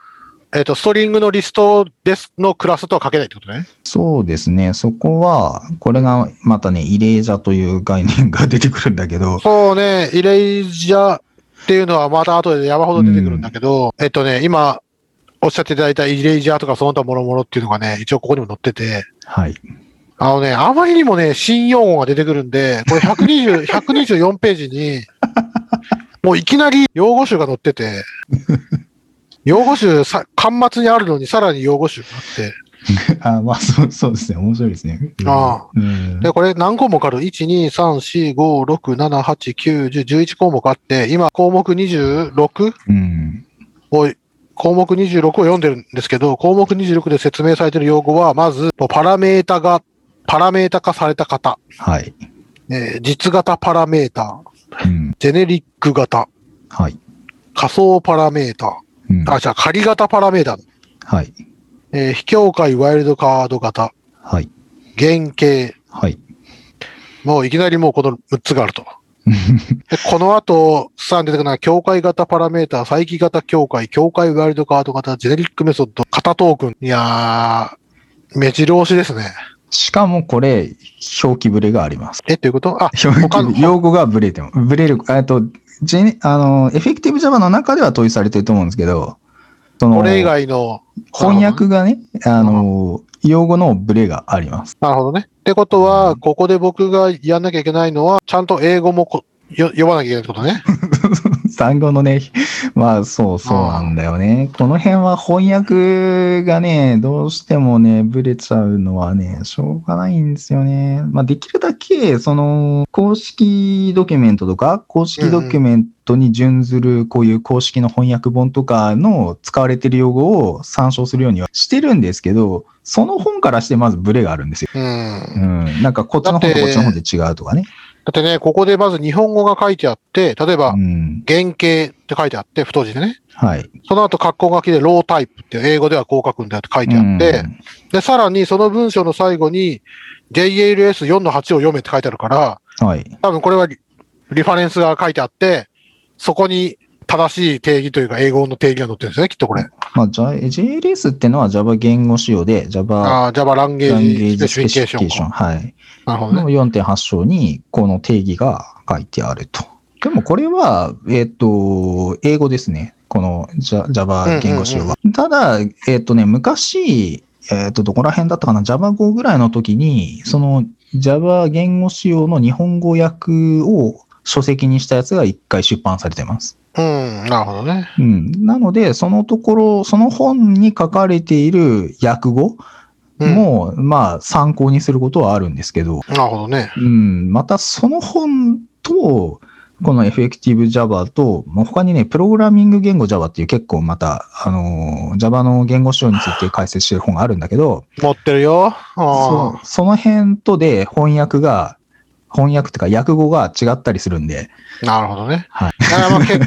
[SPEAKER 1] えっ、と、ストリングのリストですのクラスとは書けないってことね。
[SPEAKER 2] そうですね。そこは、これがまたね、イレージャーという概念が出てくるんだけど、
[SPEAKER 1] そうね、イレイジャーっていうのはまた後で山ほど出てくるんだけど、えっとね、今、おっしゃっていただいたイレイジャーとかその他諸々っていうのがね、一応ここにも載ってて、
[SPEAKER 2] はい。
[SPEAKER 1] あのね、あまりにもね、新用語が出てくるんで、これ120 124ページに、もういきなり用語集が載ってて、用語集さ、端末にあるのにさらに用語集があって、
[SPEAKER 2] あまあそう、そうですね。面白いですね。
[SPEAKER 1] あ
[SPEAKER 2] うん
[SPEAKER 1] で、これ何項目ある ?1、2、3、4、5、6、7、8、9、10、11項目あって、今項目 26?
[SPEAKER 2] うん。
[SPEAKER 1] を、項目26を読んでるんですけど、項目26で説明されてる用語は、まず、パラメータが、パラメータ化された型、
[SPEAKER 2] はい。
[SPEAKER 1] えー実型パラメータ、
[SPEAKER 2] うん。
[SPEAKER 1] ジェネリック型、
[SPEAKER 2] はい。
[SPEAKER 1] 仮想パラメータ、
[SPEAKER 2] うん。
[SPEAKER 1] あ、じゃあ仮型パラメータ、
[SPEAKER 2] はい。
[SPEAKER 1] えー非境界ワイルドカード型、
[SPEAKER 2] はい。
[SPEAKER 1] 原型、
[SPEAKER 2] はい。
[SPEAKER 1] もういきなりもうこの6つがあると。 でこの後、3出てくるのは、境界型パラメータ、再起型境界、境界ワイルドカード型、ジェネリックメソッド、型トークン。いやー、目白押しですね。
[SPEAKER 2] しかもこれ、表記ブレがあります。
[SPEAKER 1] え、ということあ、
[SPEAKER 2] 表記
[SPEAKER 1] 他の
[SPEAKER 2] 用語がブレても、ブレる、えっと、ジェネあの、エフェクティブ Java の中では統一されてると思うんですけど、その、
[SPEAKER 1] これ以外の、
[SPEAKER 2] 翻訳がね、あの、用語のブレがあります。
[SPEAKER 1] なるほどね。ってことは、ここで僕がやんなきゃいけないのは、ちゃんと英語もこよ読まなきゃいけないってことね。
[SPEAKER 2] 単語のね、 まあそうそうなんだよね。この辺は翻訳がね、どうしてもね、ブレちゃうのはね、しょうがないんですよね。まあできるだけ、その、公式ドキュメントとか、公式ドキュメントに準ずる、こういう公式の翻訳本とかの使われてる用語を参照するようにはしてるんですけど、その本からしてまずブレがあるんですよ。
[SPEAKER 1] うん。
[SPEAKER 2] うん。なんかこっちの本とこっちの本で違うとかね。
[SPEAKER 1] だってね、ここでまず日本語が書いてあって、例えば
[SPEAKER 2] う、ん。
[SPEAKER 1] 原型って書いてあって、太字でね。
[SPEAKER 2] はい。
[SPEAKER 1] その後、格好書きでロータイプって英語ではこう書くんだよって書いてあって、
[SPEAKER 2] うん
[SPEAKER 1] で、さらにその文章の最後に JLS4 の8を読めって書いてあるから、
[SPEAKER 2] はい。
[SPEAKER 1] 多分これはリリファレンスが書いてあって、そこに正しい定義というか英語の定義が載ってるんですね、きっとこれ。
[SPEAKER 2] まあ、J- JLS ってのは Java 言語仕様で Java
[SPEAKER 1] ああ、Java ランゲ
[SPEAKER 2] ランゲ
[SPEAKER 1] ー
[SPEAKER 2] ー
[SPEAKER 1] ジスペ
[SPEAKER 2] ジ
[SPEAKER 1] シフ
[SPEAKER 2] スペ
[SPEAKER 1] ィケー
[SPEAKER 2] シフ
[SPEAKER 1] シ
[SPEAKER 2] ィケーシ
[SPEAKER 1] ョ
[SPEAKER 2] ョ
[SPEAKER 1] ン
[SPEAKER 2] ン。
[SPEAKER 1] か。
[SPEAKER 2] はい。
[SPEAKER 1] なるほど
[SPEAKER 2] の
[SPEAKER 1] ね。
[SPEAKER 2] 4.8章にこの定義が書いてあると。でもこれは、えっ、と、英語ですね。この Ja-
[SPEAKER 1] うんうんう
[SPEAKER 2] Java
[SPEAKER 1] ん
[SPEAKER 2] 言語仕様は。ただ、えっ、とね、昔、えっ、と、どこら辺だったかな ?Java5 ぐらいの時に、その Java 言語仕様の日本語訳を書籍にしたやつが一回出版されてます。
[SPEAKER 1] うん、なるほどね。
[SPEAKER 2] うん。なので、そのところ、その本に書かれている訳語
[SPEAKER 1] うん、
[SPEAKER 2] も、まあ、参考にすることはあるんですけど、
[SPEAKER 1] なるほどね。
[SPEAKER 2] うん、またその本と、この Effective Java と、もう他にね、プログラミング言語 Java っていう結構また、あのー、Java の言語仕様について解説してる本があるんだけど、
[SPEAKER 1] 持ってるよ。あ
[SPEAKER 2] そその辺とで翻訳が、翻訳っていうか訳語が違ったりするんで、
[SPEAKER 1] あ、なるほどね。
[SPEAKER 2] はい
[SPEAKER 1] だからまあけ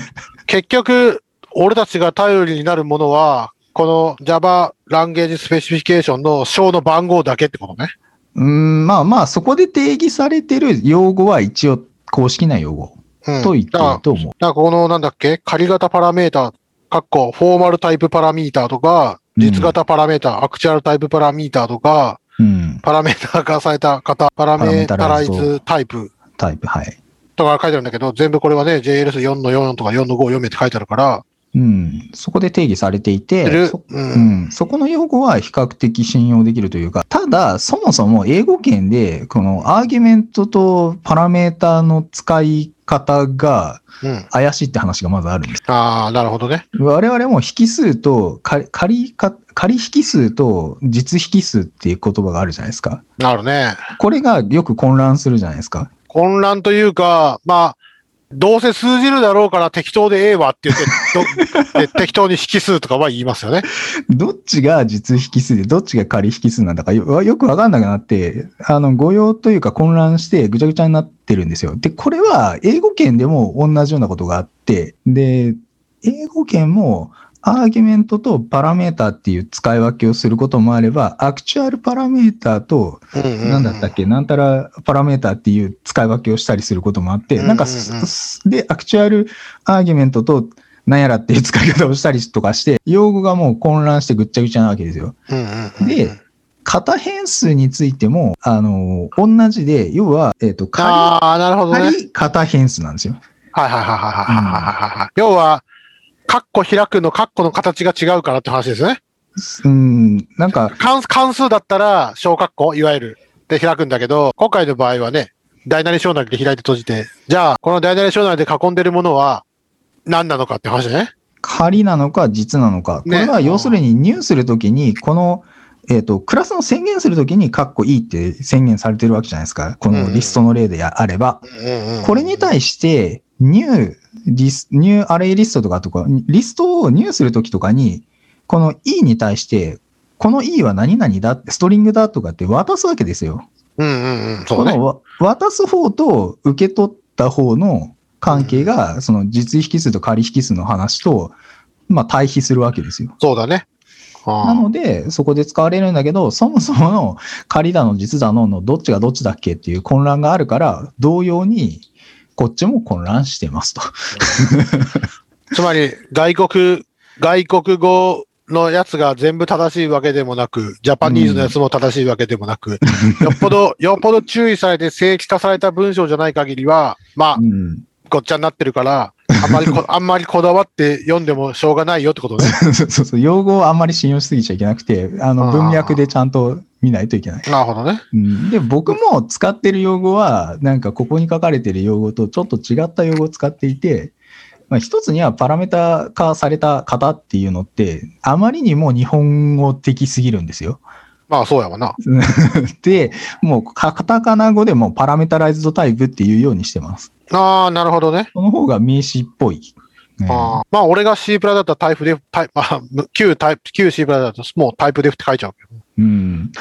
[SPEAKER 1] 結局、俺たちが頼りになるものは、この Java Language Specification の章の番号だけってことね。
[SPEAKER 2] うん、まあまあ、そこで定義されてる用語は一応公式な用語
[SPEAKER 1] うん、
[SPEAKER 2] と言って
[SPEAKER 1] だから
[SPEAKER 2] いいと思う。
[SPEAKER 1] なんかこのなんだっけ仮型パラメータ、かっこフォーマルタイプパラミータとか、
[SPEAKER 2] うん
[SPEAKER 1] 実型パラメータ、アクチュアルタイプパラミータとか、
[SPEAKER 2] うん、
[SPEAKER 1] パラメータ化された型、パラメータライズタイプ
[SPEAKER 2] タイプ、はい。
[SPEAKER 1] とか書いてあるんだけど、全部これはね、JLS4 の4とか4の5読めって書いてあるから、
[SPEAKER 2] うん、そこで定義されてい
[SPEAKER 1] い
[SPEAKER 2] て、
[SPEAKER 1] る
[SPEAKER 2] そ
[SPEAKER 1] うん
[SPEAKER 2] うん、そこの用語は比較的信用できるというか、ただ、そもそも英語圏で、このアーギュメントとパラメータの使い方が
[SPEAKER 1] うん。
[SPEAKER 2] 怪しいって話がまずあるんです。
[SPEAKER 1] ああ、なるほどね。
[SPEAKER 2] 我々も引数と仮、仮か、仮引数と実引数っていう言葉があるじゃないですか。
[SPEAKER 1] なるね。
[SPEAKER 2] これがよく混乱するじゃないですか。
[SPEAKER 1] 混乱というか、まあ、どうせ数字るだろうから適当でええわって言ってどで、適当に引数とかは言いますよね。
[SPEAKER 2] どっちが実引数で、どっちが仮引数なんだかよよくわかんなくなって、あの、誤用というか混乱してぐちゃぐちゃになってるんですよ。で、これは英語圏でも同じようなことがあって、で、英語圏もアーギュメントとパラメータっていう使い分けをすることもあれば、アクチュアルパラメータと、
[SPEAKER 1] うんうんうん
[SPEAKER 2] なんだったっけ、なんたらパラメータっていう使い分けをしたりすることもあって、
[SPEAKER 1] うんうんうん
[SPEAKER 2] なんかす、すで、アクチュアルアーギュメントと、なんやらっていう使い方をしたりとかして、用語がもう混乱してぐっちゃぐちゃなわけですよ。
[SPEAKER 1] うんうんうん
[SPEAKER 2] で型変数についても、あのー同じで、要は、えっ、と、仮、
[SPEAKER 1] ああ、なるほどね。
[SPEAKER 2] 仮型変数なんですよ。
[SPEAKER 1] はいはいはいはいはいはいはいはい。要は、カッコ開くのカッコの形が違うからって話ですね。
[SPEAKER 2] うん、なんか、
[SPEAKER 1] 関関数だったら小カッコ、いわゆる。で開くんだけど、今回の場合はね、大なり小なりで開いて閉じて、じゃあ、この大なり小なりで囲んでるものは何なのかって話ね。
[SPEAKER 2] 仮なのか実なのか。こ
[SPEAKER 1] ね
[SPEAKER 2] れは要するに入するときに、この、えっ、と、クラスの宣言するときに、カッコいいって宣言されてるわけじゃないですか。このリストの例であれば。これに
[SPEAKER 1] し
[SPEAKER 2] 対して、ニューリス、ニューアレイリストとかとか、リストをニューするときとかに、この E に対して、この E は何々だって、ストリングだとかって渡すわけですよ。
[SPEAKER 1] うんうんうん。そう
[SPEAKER 2] こ
[SPEAKER 1] ね。
[SPEAKER 2] のわ渡す方と受け取った方の関係が、その実引数と仮引数の話と、まあ対比するわけですよ。
[SPEAKER 1] そうだね。あー
[SPEAKER 2] なので、そこで使われるんだけど、そもそもの仮だの実だののどっちがどっちだっけっていう混乱があるから、同様に、こっちも混乱してますと。
[SPEAKER 1] つまり、外国、外国語のやつが全部正しいわけでもなく、ジャパニーズのやつも正しいわけでもなく、よっぽど、 よっぽど注意されて正規化された文章じゃない限りは、まあ
[SPEAKER 2] う、ん、
[SPEAKER 1] ごっちゃになってるから、あんまりこ、あんまりこだわって読んでもしょうがないよって ことね。
[SPEAKER 2] そうそうそう、用語をあんまり信用しすぎちゃいけなくて、あの
[SPEAKER 1] あー
[SPEAKER 2] 文脈でちゃんと見ないといけない。
[SPEAKER 1] なるほどね。
[SPEAKER 2] うん、で、僕も使ってる用語は、なんかここに書かれてる用語とちょっと違った用語を使っていて、まあ、一つにはパラメータ化された方っていうのって、あまりにも日本語的すぎるんですよ。
[SPEAKER 1] まあ、そうやわな。
[SPEAKER 2] で、もうカタカナ語でもパラメータライズドタイプっていうようにしてます。
[SPEAKER 1] ああ、なるほどね。
[SPEAKER 2] その方が名詞っぽい。ね
[SPEAKER 1] あーまあ、俺が C プラだったらタイプデフ、タイプ、あ、 旧タイプ、旧 C プラだともうタイプデフって書いちゃうけど。
[SPEAKER 2] うん、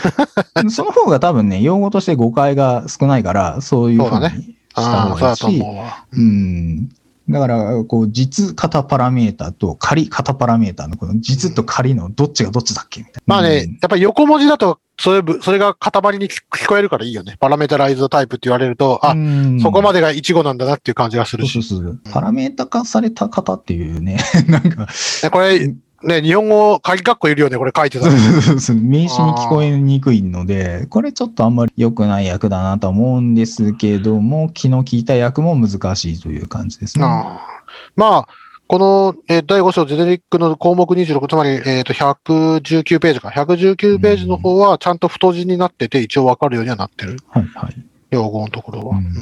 [SPEAKER 2] その方が多分ね、用語として誤解が少ないから、そういうふう
[SPEAKER 1] そうだ
[SPEAKER 2] にした
[SPEAKER 1] ああ、
[SPEAKER 2] 方
[SPEAKER 1] そう
[SPEAKER 2] がいい
[SPEAKER 1] だと思
[SPEAKER 2] し、
[SPEAKER 1] うわ。
[SPEAKER 2] うん。だから、こう、実型パラメータと仮型パラメータの、この実と仮のどっちがどっちだっけみたいな。
[SPEAKER 1] まあ
[SPEAKER 2] うん
[SPEAKER 1] ね、やっぱり横文字だと、それぶ、それが塊に聞聞こえるからいいよね。パラメータライズドタイプって言われると、あ、そこま
[SPEAKER 2] で
[SPEAKER 1] でがイチゴなんだなっていう感じがする
[SPEAKER 2] そ
[SPEAKER 1] し
[SPEAKER 2] う。そうそうパラメータ化された方っていうね、 なんか、
[SPEAKER 1] ねこれ、ね、日本語、鍵括弧いるよね、これ書いてた
[SPEAKER 2] そう
[SPEAKER 1] ら。
[SPEAKER 2] そうそう名詞に聞こえにくいので、これちょっとあんまり良くない役だなとは思うんですけども、気の利いた役も難しいという感じですね。
[SPEAKER 1] ああまあ、この、えー第5章ジェネリックの項目26、つまり、えっ、と、119ページか。119ページの方は、ちゃんと太字になってて、一応わかるようにはなってる。
[SPEAKER 2] はいはい。
[SPEAKER 1] 用語のところは。
[SPEAKER 2] うん
[SPEAKER 1] うん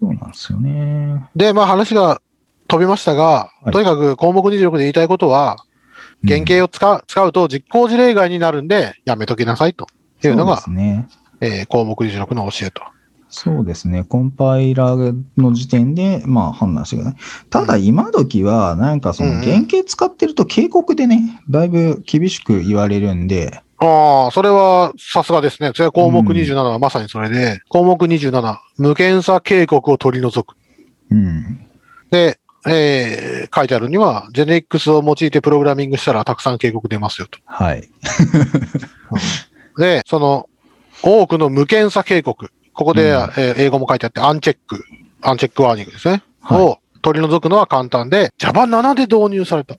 [SPEAKER 2] そうなんですよね。
[SPEAKER 1] で、まあ話が飛びましたが、
[SPEAKER 2] はい
[SPEAKER 1] とにかく項目26で言いたいことは、
[SPEAKER 2] うん
[SPEAKER 1] 原型を使う使うと実行事例外になるんで、やめときなさいというのが、
[SPEAKER 2] そうですね。
[SPEAKER 1] えー項目26の教えと。
[SPEAKER 2] そうですね。コンパイラーの時点で、まあ判断してください。ただ今時は、なんかその
[SPEAKER 1] うんうん
[SPEAKER 2] 原型使ってると警告でね、だいぶ厳しく言われるんで、
[SPEAKER 1] ああ、それはさすがですね。それは項目
[SPEAKER 2] うん
[SPEAKER 1] 27はまさにそれで、項目27、無検査警告を取り除く。
[SPEAKER 2] うん。
[SPEAKER 1] で、えー書いてあるには、ジェネリックスを用いてプログラミングしたらたくさん警告出ますよと。
[SPEAKER 2] はい。
[SPEAKER 1] で、その、多くの無検査警告。ここで、
[SPEAKER 2] うん
[SPEAKER 1] えー英語も書いてあって、アンチェック、アンチェックワーニングですね。
[SPEAKER 2] はい
[SPEAKER 1] を取り除くのは簡単で、Java7 で導入された。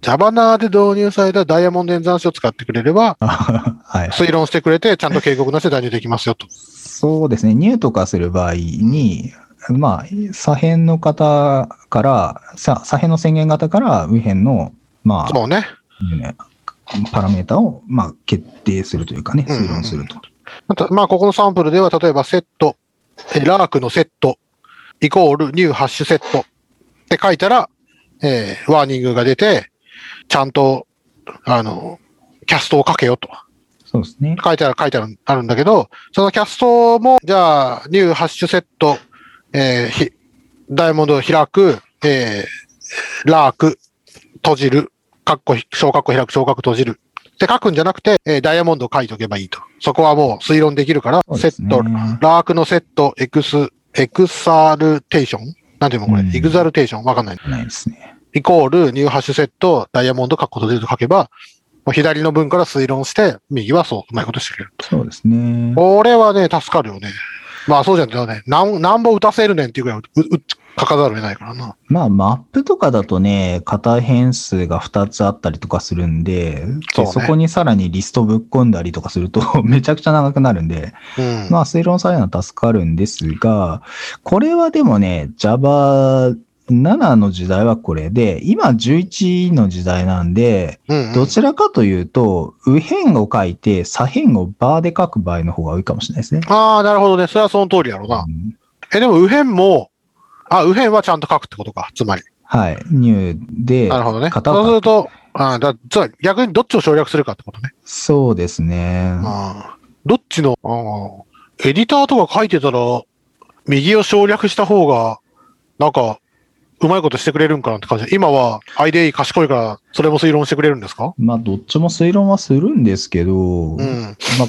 [SPEAKER 1] Java7 で導入されたダイヤモンド演算子を使ってくれれば、
[SPEAKER 2] はい。
[SPEAKER 1] 推論してくれて、ちゃんと警告なしで代入できますよと。
[SPEAKER 2] そうですね。ニューとかする場合に、まあ、左辺の方から、さ左辺の宣言型から右辺の、まあ、
[SPEAKER 1] そうね。
[SPEAKER 2] ねパラメータを、まあ、決定するというかね、
[SPEAKER 1] うんうんうん
[SPEAKER 2] 推論すると。
[SPEAKER 1] またまあ、ここのサンプルでは、例えばセット、えーラークのセット、イコールニューハッシュセットって書いたら、えーワーニングが出て、ちゃんと、あの、キャストをかけよと。
[SPEAKER 2] そうですね。
[SPEAKER 1] 書いてある、書いてある、あるんだけど、そのキャストも、じゃあ、ニューハッシュセット、えーひ、ダイヤモンドを開く、えーラーク、閉じる、カッコ、小カッコ開く、小カッコ閉じる。って書くんじゃなくて、えーダイヤモンドを書いておけばいいと。そこはもう推論できるから、
[SPEAKER 2] そう
[SPEAKER 1] セ
[SPEAKER 2] です
[SPEAKER 1] ッ
[SPEAKER 2] ね
[SPEAKER 1] ト、ラークのセット、エクス、エクサルテーションなんていうのこれ、
[SPEAKER 2] うん
[SPEAKER 1] エグザルテーションわかんない。
[SPEAKER 2] ないですね。
[SPEAKER 1] イコール、ニューハッシュセット、ダイヤモンド、カッコ閉じると書けば、もう左の文から推論して、右はそう、うまいことしてくれる。
[SPEAKER 2] そうですね。
[SPEAKER 1] これはね、助かるよね。まあそうじゃんけどね、なん、なんぼ打たせるねんっていうぐらい、う、う、書かざるを得ないからな。
[SPEAKER 2] まあ、マップとかだとね、型変数が2つあったりとかするんで、
[SPEAKER 1] そう
[SPEAKER 2] で
[SPEAKER 1] ね
[SPEAKER 2] そこにさらにリストぶっ込んだりとかすると、 めちゃくちゃ長くなるんで、
[SPEAKER 1] うん。
[SPEAKER 2] まあ、推論されるのは助かるんですが、これはでもね、Java7 の時代はこれで、今11の時代なんで、
[SPEAKER 1] うんうん
[SPEAKER 2] どちらかというと、右辺を書いて左辺をバーで書く場合の方が多いかもしれないですね。
[SPEAKER 1] ああ、なるほどね。それはその通りやろうな。
[SPEAKER 2] うん
[SPEAKER 1] え、でも右辺も、あ、右辺はちゃんと書くってことか。つまり。
[SPEAKER 2] はい。ニューで、
[SPEAKER 1] なるほどね。
[SPEAKER 2] 片
[SPEAKER 1] そう
[SPEAKER 2] 岡
[SPEAKER 1] すると、あだつまり逆にどっちを省略するかってことね。
[SPEAKER 2] そうですね。
[SPEAKER 1] ああどっちの、ああエディターとか書いてたら、右を省略した方が、なんか、うまいことしてくれるんかなって感じ。今は IDE 賢いから、それも推論してくれるんですか
[SPEAKER 2] まあ、どっちも推論はするんですけど、
[SPEAKER 1] う
[SPEAKER 2] ま
[SPEAKER 1] ん。
[SPEAKER 2] あ、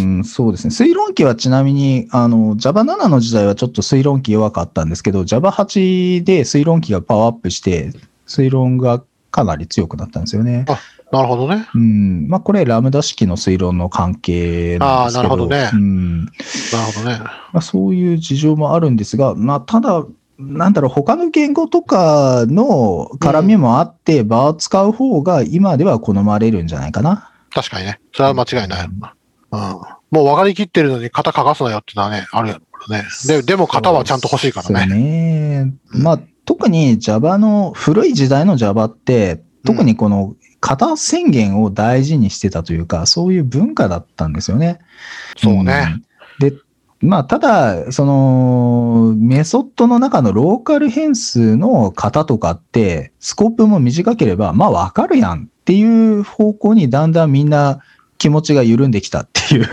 [SPEAKER 2] うん、そうですね。推論機はちなみに、あの、Java7 の時代はちょっと推論機弱かったんですけど、Java8 で推論機がパワーアップして、推論がかなり強くなったんですよね。
[SPEAKER 1] なるほどね。
[SPEAKER 2] うん。まあ、これ、ラムダ式の推論の関係なんです
[SPEAKER 1] あーな
[SPEAKER 2] けど。
[SPEAKER 1] るほどね
[SPEAKER 2] うん。
[SPEAKER 1] なるほどね。
[SPEAKER 2] まあ、そういう事情もあるんですが、まあ、ただ、なんだろう、他の言語とかの絡みもあって、場を使う方が今では好まれるんじゃないかな。
[SPEAKER 1] 確かにね。それは間違いないやろな。うん。もう分かりきってるのに型書かすなよってのはね、あるやろからね。で、でも型はちゃんと欲しいから
[SPEAKER 2] そう
[SPEAKER 1] ね。
[SPEAKER 2] ねまあ、特に Java の、古い時代の Java って、特にこの型宣言を大事にしてたというか、そういう文化だったんですよね。
[SPEAKER 1] そうね。
[SPEAKER 2] うん。で、まあ、ただ、その、メソッドの中のローカル変数の型とかって、スコープも短ければ、まあ、わかるやんっていう方向にだんだんみんな気持ちが緩んできたっていう、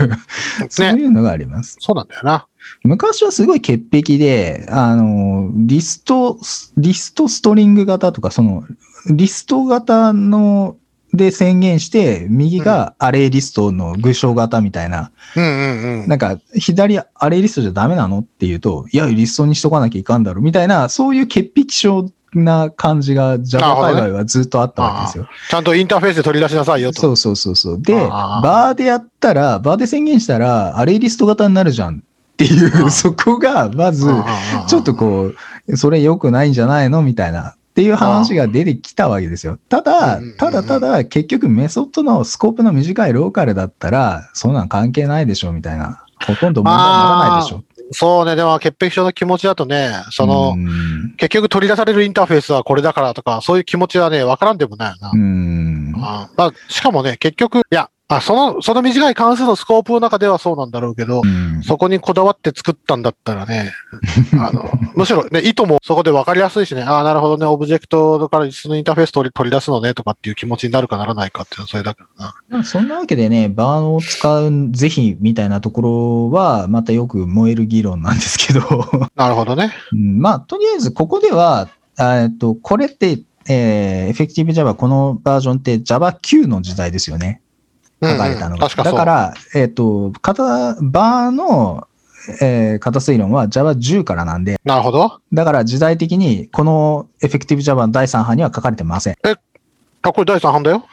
[SPEAKER 2] そう
[SPEAKER 1] ね。
[SPEAKER 2] いうのがあります。
[SPEAKER 1] そうなんだよな。
[SPEAKER 2] 昔はすごい潔癖で、あの、リスト、リストストリング型とか、その、リスト型の、で宣言して、右がアレイリストの具象型みたいな、
[SPEAKER 1] うんうんうん。
[SPEAKER 2] なんか、左アレイリストじゃダメなのって言うと、いや、リストにしとかなきゃいかんだろ、みたいな、そういう潔癖症な感じが、Java 界隈はずっとあったわけですよ。
[SPEAKER 1] ちゃんとインターフェースで取り出しなさいよと。
[SPEAKER 2] そうそうそうそう。で、
[SPEAKER 1] あー
[SPEAKER 2] バーでやったら、バーで宣言したら、アレイリスト型になるじゃんってい
[SPEAKER 1] あー
[SPEAKER 2] う、そこが、まず、ちょっとこう、それ良くないんじゃないのみたいな。っていう話が出てきたわけですよ。た
[SPEAKER 1] う
[SPEAKER 2] だ
[SPEAKER 1] んうんうんうん、
[SPEAKER 2] ただただ、結局メソッドのスコープの短いローカルだったら、そんなん関係ないでしょみたいな。ほとんど問題にならないでしょ。
[SPEAKER 1] うん。そうね。でも、潔癖症の気持ちだとね、その
[SPEAKER 2] う、ん
[SPEAKER 1] 結局取り出されるインターフェースはこれだからとか、そういう気持ちはね、わからんでもないよな
[SPEAKER 2] う。ん。
[SPEAKER 1] ああまあ、しかもね、結局、いや、あ、その、その短い関数のスコープの中ではそうなんだろうけど
[SPEAKER 2] う、ん。
[SPEAKER 1] そこにこだわって作ったんだったらね、あ の、むしろね、意図もそこで分かりやすいしね、ああ、なるほどね、オブジェクトから実のインターフェース取り取り出すのねとかっていう気持ちになるかならないかっていうのはそれだけどな。
[SPEAKER 2] まあそんなわけでね、バーンを使う是非みたいなところは、またよく燃える議論なんですけど、
[SPEAKER 1] なるほどね。
[SPEAKER 2] うんまあ、とりあえず、ここでは、あえっと、これって、えー、エフェクティブ Java、このバージョンって Java9 の時代ですよね。
[SPEAKER 1] うんうん
[SPEAKER 2] 書かれたのが。
[SPEAKER 1] 確かそう。
[SPEAKER 2] だから、えっ、と、型、バーの、えー、型推論は Java10 からなんで、
[SPEAKER 1] なるほど。
[SPEAKER 2] だから時代的にこのエフェクティブ Java の第3版には書かれてません。い
[SPEAKER 1] あ、これ第3版だよ。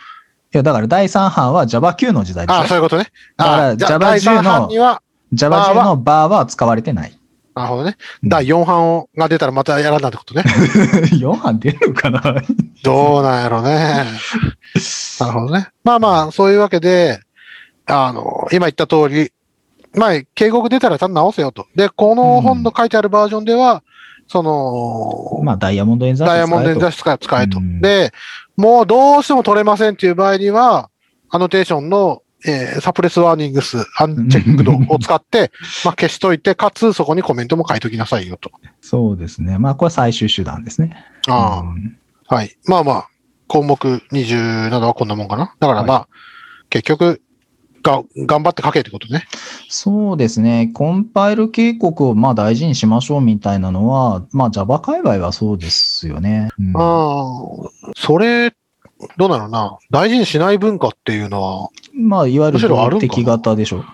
[SPEAKER 2] や、だから第3版は Java9 の時代で
[SPEAKER 1] ああ、
[SPEAKER 2] す
[SPEAKER 1] そういうことね。ああ、
[SPEAKER 2] だ
[SPEAKER 1] じ
[SPEAKER 2] か
[SPEAKER 1] ゃあ第
[SPEAKER 2] ら Java
[SPEAKER 1] 3
[SPEAKER 2] 10の
[SPEAKER 1] 版には、
[SPEAKER 2] Java10 のバーは使われてない。
[SPEAKER 1] なるほどね。第4版が出たらまたやらないってことね。
[SPEAKER 2] 4版出るのかな
[SPEAKER 1] どうなんやろね。なるほどね。まあまあ、そういうわけで、あの、今言った通り、まあ、警告出たらちゃんと直せよと。で、この本の書いてあるバージョンでは、その、
[SPEAKER 2] まあ、ダイヤモンドエンザ
[SPEAKER 1] ダイヤモンド
[SPEAKER 2] エ
[SPEAKER 1] に出し使え使えと
[SPEAKER 2] うん。
[SPEAKER 1] で、もうどうしても取れませんっていう場合には、アノテーションの、えーサプレスワーニングス、アンチェックド を使って、まあ消しといて、かつそこにコメントも書いときなさいよと。
[SPEAKER 2] そうですね。まあ、これは最終手段ですね。
[SPEAKER 1] ああ
[SPEAKER 2] うん
[SPEAKER 1] はい。まあまあ、項目27はこんなもんかな。だからまあ、結局、が、頑張って書けってことね。
[SPEAKER 2] そうですね。コンパイル警告をまあ大事にしましょうみたいなのは、まあ Java 界隈はそうですよね。うん
[SPEAKER 1] ああ、それ、どうなのな。大事にしない文化っていうのは、
[SPEAKER 2] まあ、いわゆる
[SPEAKER 1] むしろある
[SPEAKER 2] 動
[SPEAKER 1] んかな
[SPEAKER 2] 的型でしょう。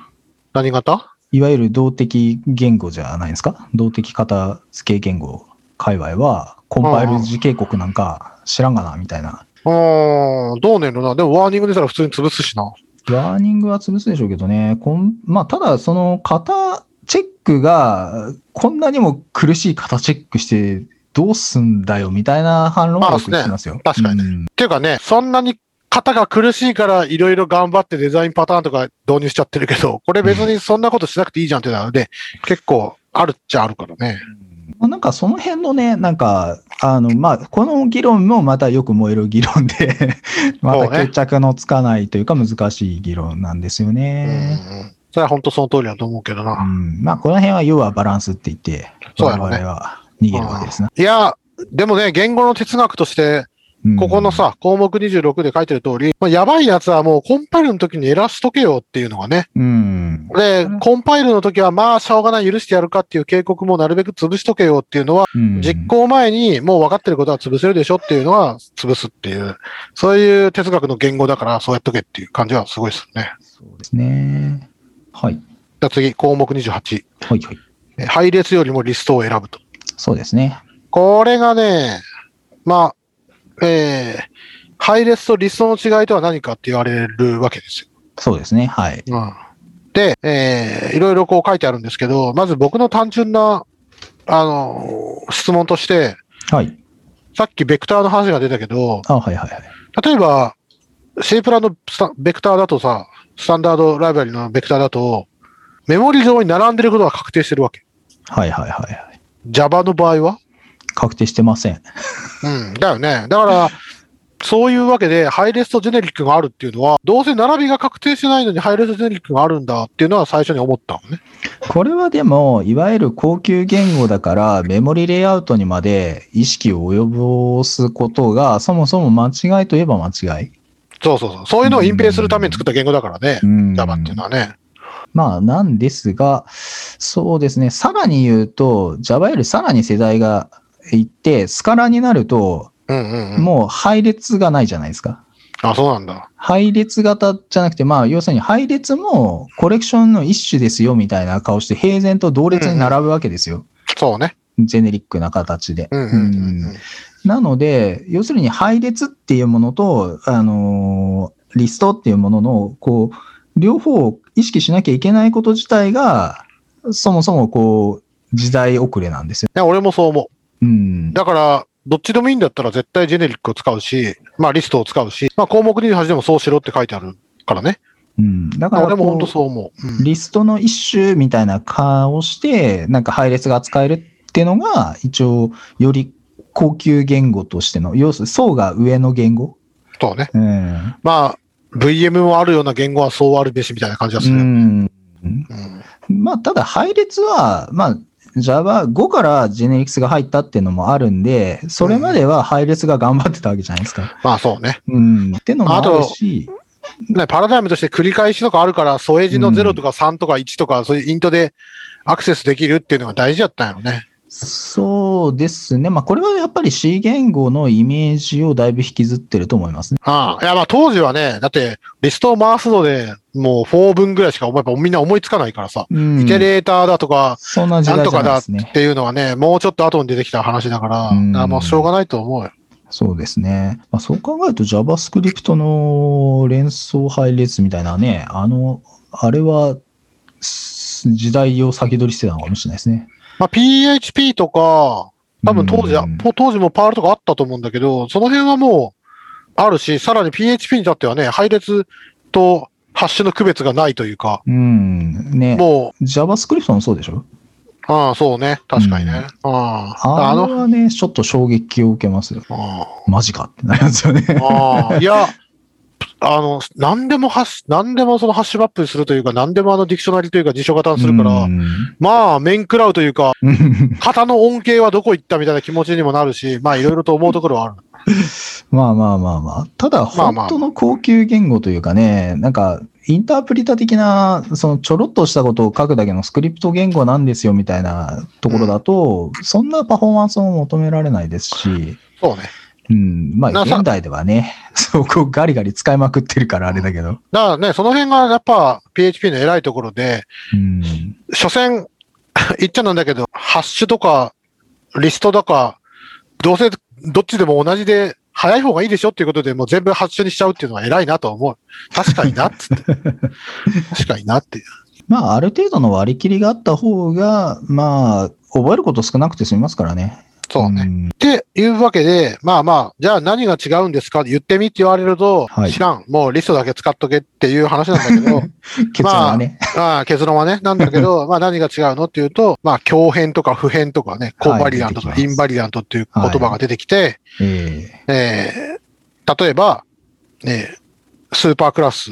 [SPEAKER 1] 何型
[SPEAKER 2] いわゆる動的言語じゃないですか。動的型付け言語界隈は、コンパイル時警告なんか知らんがな、みたいな。
[SPEAKER 1] うーん、どうねんのな。でも、ワーニング出たら普通に潰すしな。
[SPEAKER 2] ラーニングは潰すでしょうけどね。こんまあ、ただ、その型チェックが、こんなにも苦しい型チェックして、どうすんだよ、みたいな反論がよく聞きますよ。
[SPEAKER 1] まあそうですね確かにね
[SPEAKER 2] うん
[SPEAKER 1] っていうかね、そんなに型が苦しいから、いろいろ頑張ってデザインパターンとか導入しちゃってるけど、これ別にそんなことしなくていいじゃんってなので、結構、あるっちゃあるからね。
[SPEAKER 2] まあ、なんかその辺のね、なんか、あの、まあ、この議論もまたよく燃える議論で、 ま
[SPEAKER 1] そう
[SPEAKER 2] た
[SPEAKER 1] ね
[SPEAKER 2] 決着のつかないというか難しい議論なんですよ
[SPEAKER 1] うん
[SPEAKER 2] ね。
[SPEAKER 1] うん。それは本当その通りだと思うけどな。
[SPEAKER 2] うん、まあ、この辺は要はバランスって言って、
[SPEAKER 1] そう
[SPEAKER 2] 我
[SPEAKER 1] やろ
[SPEAKER 2] 々
[SPEAKER 1] うね
[SPEAKER 2] は逃げるわけですね。
[SPEAKER 1] いや、でもね、言語の哲学として、
[SPEAKER 2] うん
[SPEAKER 1] ここの、さ、項目26で書いてる通り、まあ、やばいやつはもうコンパイルの時にエラーしとけよっていうのがね。
[SPEAKER 2] うん。
[SPEAKER 1] で
[SPEAKER 2] うん、
[SPEAKER 1] コンパイルの時はまあ、しょうがない許してやるかっていう警告もなるべく潰しとけよっていうのは、
[SPEAKER 2] うん
[SPEAKER 1] 実行前にもう分かってることは潰せるでしょっていうのは潰すっていう、そういう哲学の言語だからそうやっとけっていう感じはすごいですね。
[SPEAKER 2] そうですね。はい。
[SPEAKER 1] じゃあ次、項目28。
[SPEAKER 2] はいはい。
[SPEAKER 1] え配列よりもリストを選ぶと。
[SPEAKER 2] そうですね。
[SPEAKER 1] これがね、まあ、えー、配列とリストの違いとは何かって言われるわけです
[SPEAKER 2] そうですね。はい。
[SPEAKER 1] よ。で、えー、いろいろこう書いてあるんですけど、まず僕の単純な、あのー質問として、
[SPEAKER 2] はい。
[SPEAKER 1] さっきベクターの話が出たけど、
[SPEAKER 2] あ、はいはいはい。
[SPEAKER 1] 例えば、C プラのスタベクターだとさ、スタンダードライブラリのベクターだと、メモリ上に並んでることが確定してるわけ。
[SPEAKER 2] はいはいはいはい。
[SPEAKER 1] Java の場合は
[SPEAKER 2] 確定してません。
[SPEAKER 1] うん、だよね。だから、そういうわけで、配列とジェネリックがあるっていうのは、どうせ並びが確定してないのに配列とジェネリックがあるんだっていうのは最初に思ったのね。
[SPEAKER 2] これはでも、いわゆる高級言語だから、メモリレイアウトにまで意識を及ぼすことが、そもそも間違いといえば間違い。
[SPEAKER 1] そうそうそう。そういうのを隠蔽するために作った言語だからね
[SPEAKER 2] う。ん
[SPEAKER 1] Java っていうのはね。
[SPEAKER 2] まあ、なんですが、そうですね、さらに言うと、Java よりさらに世代がいって、スカラになると、
[SPEAKER 1] うんうんうん。
[SPEAKER 2] もう配列がないじゃないですか。
[SPEAKER 1] あ、そうなんだ。
[SPEAKER 2] 配列型じゃなくて、まあ、要するに配列もコレクションの一種ですよみたいな顔して、平然と同列に並ぶわけですよ。
[SPEAKER 1] そうね。
[SPEAKER 2] ジェネリックな形で。
[SPEAKER 1] うんうんうん
[SPEAKER 2] う
[SPEAKER 1] うん
[SPEAKER 2] んなので、要するに配列っていうものと、あのーリストっていうものの、こう、両方を意識しなきゃいけないこと自体が、そもそもこう、時代遅れなんですよ。
[SPEAKER 1] いや。俺もそう思
[SPEAKER 2] うん
[SPEAKER 1] う。。だから、どっちでもいいんだったら絶対ジェネリックを使うし、まあリストを使うし、まあ項目28でもそうしろって書いてあるからね。
[SPEAKER 2] うん、だからこう、
[SPEAKER 1] 俺も本当そう思う。うん
[SPEAKER 2] リストの一種みたいな顔をして、なんか配列が扱えるっていうのが、一応、より高級言語としての、要するに層が上の言語。
[SPEAKER 1] そうね。
[SPEAKER 2] うん。
[SPEAKER 1] まあ、 VM もあるような言語はそうあるべしみたいな感じがす
[SPEAKER 2] う
[SPEAKER 1] る。うん
[SPEAKER 2] ん。まあ、ただ配列は、まあ、Java5 からジェネリクスが入ったっていうのもあるんで、それまでは配列が頑張ってたわけじゃないですか。
[SPEAKER 1] まあそうね。
[SPEAKER 2] うん。ってのもあるし、
[SPEAKER 1] ね、パラダイムとして繰り返しとかあるから、添え字の0とか3とか1とか、そういうイントでアクセスできるっていうのが大事だったんやろね。
[SPEAKER 2] そうですね。まあ、これはやっぱり C 言語のイメージをだいぶ引きずってると思いますね。
[SPEAKER 1] ああ。いや、まあ当時はね、だって、リストを回すので、もう4分ぐらいしか思えばみんな思いつかないからさ。
[SPEAKER 2] うん。
[SPEAKER 1] イテレーターだとか、
[SPEAKER 2] そんな時
[SPEAKER 1] なん
[SPEAKER 2] 代
[SPEAKER 1] と
[SPEAKER 2] じゃ
[SPEAKER 1] か
[SPEAKER 2] な
[SPEAKER 1] だ
[SPEAKER 2] いで
[SPEAKER 1] っ
[SPEAKER 2] すね。
[SPEAKER 1] ていうのはね、もうちょっと後に出てきた話だから、
[SPEAKER 2] うん
[SPEAKER 1] あもうしょうがないと思うよ。
[SPEAKER 2] そうですね。まあ、そう考えると JavaScript の連想配列みたいなね、あの、あれはす時代を先取りしてたのかもしれないですね。
[SPEAKER 1] まあ PHP とか、多分当時は、
[SPEAKER 2] うん
[SPEAKER 1] 当当時もパールとかあったと思うんだけど、その辺はもうあるし、さらに PHP に至ってはね、配列とハッシュの区別がないというか、
[SPEAKER 2] うん。ね。
[SPEAKER 1] も
[SPEAKER 2] JavaScript もそうでしょ
[SPEAKER 1] う、ああ、そうね、確かにね。ああ、
[SPEAKER 2] あ
[SPEAKER 1] あ
[SPEAKER 2] れ
[SPEAKER 1] の、
[SPEAKER 2] はね、ちょっと衝撃を受けますよ。
[SPEAKER 1] あ
[SPEAKER 2] マジかってなりますよね。
[SPEAKER 1] あああ、いや、あの、何でもハッシュ、何でもそのハッシュマップにするというか、何でもあのディクショナリというか辞書型にするから、
[SPEAKER 2] うん
[SPEAKER 1] まあ、面食らうというか、型の恩恵はどこ行ったみたいな気持ちにもなるし、まあ、いろいろと思うところはある。
[SPEAKER 2] まあまあまあまあ。ただ、
[SPEAKER 1] まあまあ
[SPEAKER 2] 本当の高級言語というかね、なんか、インタープリタ的な、そのちょろっとしたことを書くだけのスクリプト言語なんですよみたいなところだと、そんなパフォーマンスも求められないですし、
[SPEAKER 1] そうね。
[SPEAKER 2] うん、まあ、
[SPEAKER 1] なさ
[SPEAKER 2] 現代ではね、 そこをガリガリ使いまくってるからあれだけ
[SPEAKER 1] だ
[SPEAKER 2] ど。
[SPEAKER 1] からね、その辺がやっぱ PHP の偉いところで、
[SPEAKER 2] うん、
[SPEAKER 1] 所詮、 言っちゃなんだけど、ハッシュとか、リストとか、どうせ、どっちでも同じで、早い方がいいでしょっていうことで、もう全部ハッシュにしちゃうっていうのは偉いなと思う。確かにな、っつ って。確かになっていう。
[SPEAKER 2] まあ、ある程度の割り切りがあった方が、まあ、覚えること少なくて済みますからね。
[SPEAKER 1] そうね。
[SPEAKER 2] ん
[SPEAKER 1] っていうわけで、まあまあ、じゃあ何が違うんですか言ってみって言われると、
[SPEAKER 2] はい
[SPEAKER 1] 知らん。もうリストだけ使っとけっていう話なんだけ ど、
[SPEAKER 2] 結論はね。
[SPEAKER 1] まあ、結論はね、なんだけ ど、まあ何が違うのっていうと、まあ、強変とか普変とかね、コンバリアントと
[SPEAKER 2] は
[SPEAKER 1] か
[SPEAKER 2] い
[SPEAKER 1] インバリアントっていう言葉が出てきて、
[SPEAKER 2] ええ
[SPEAKER 1] えー例えば、えースーパークラス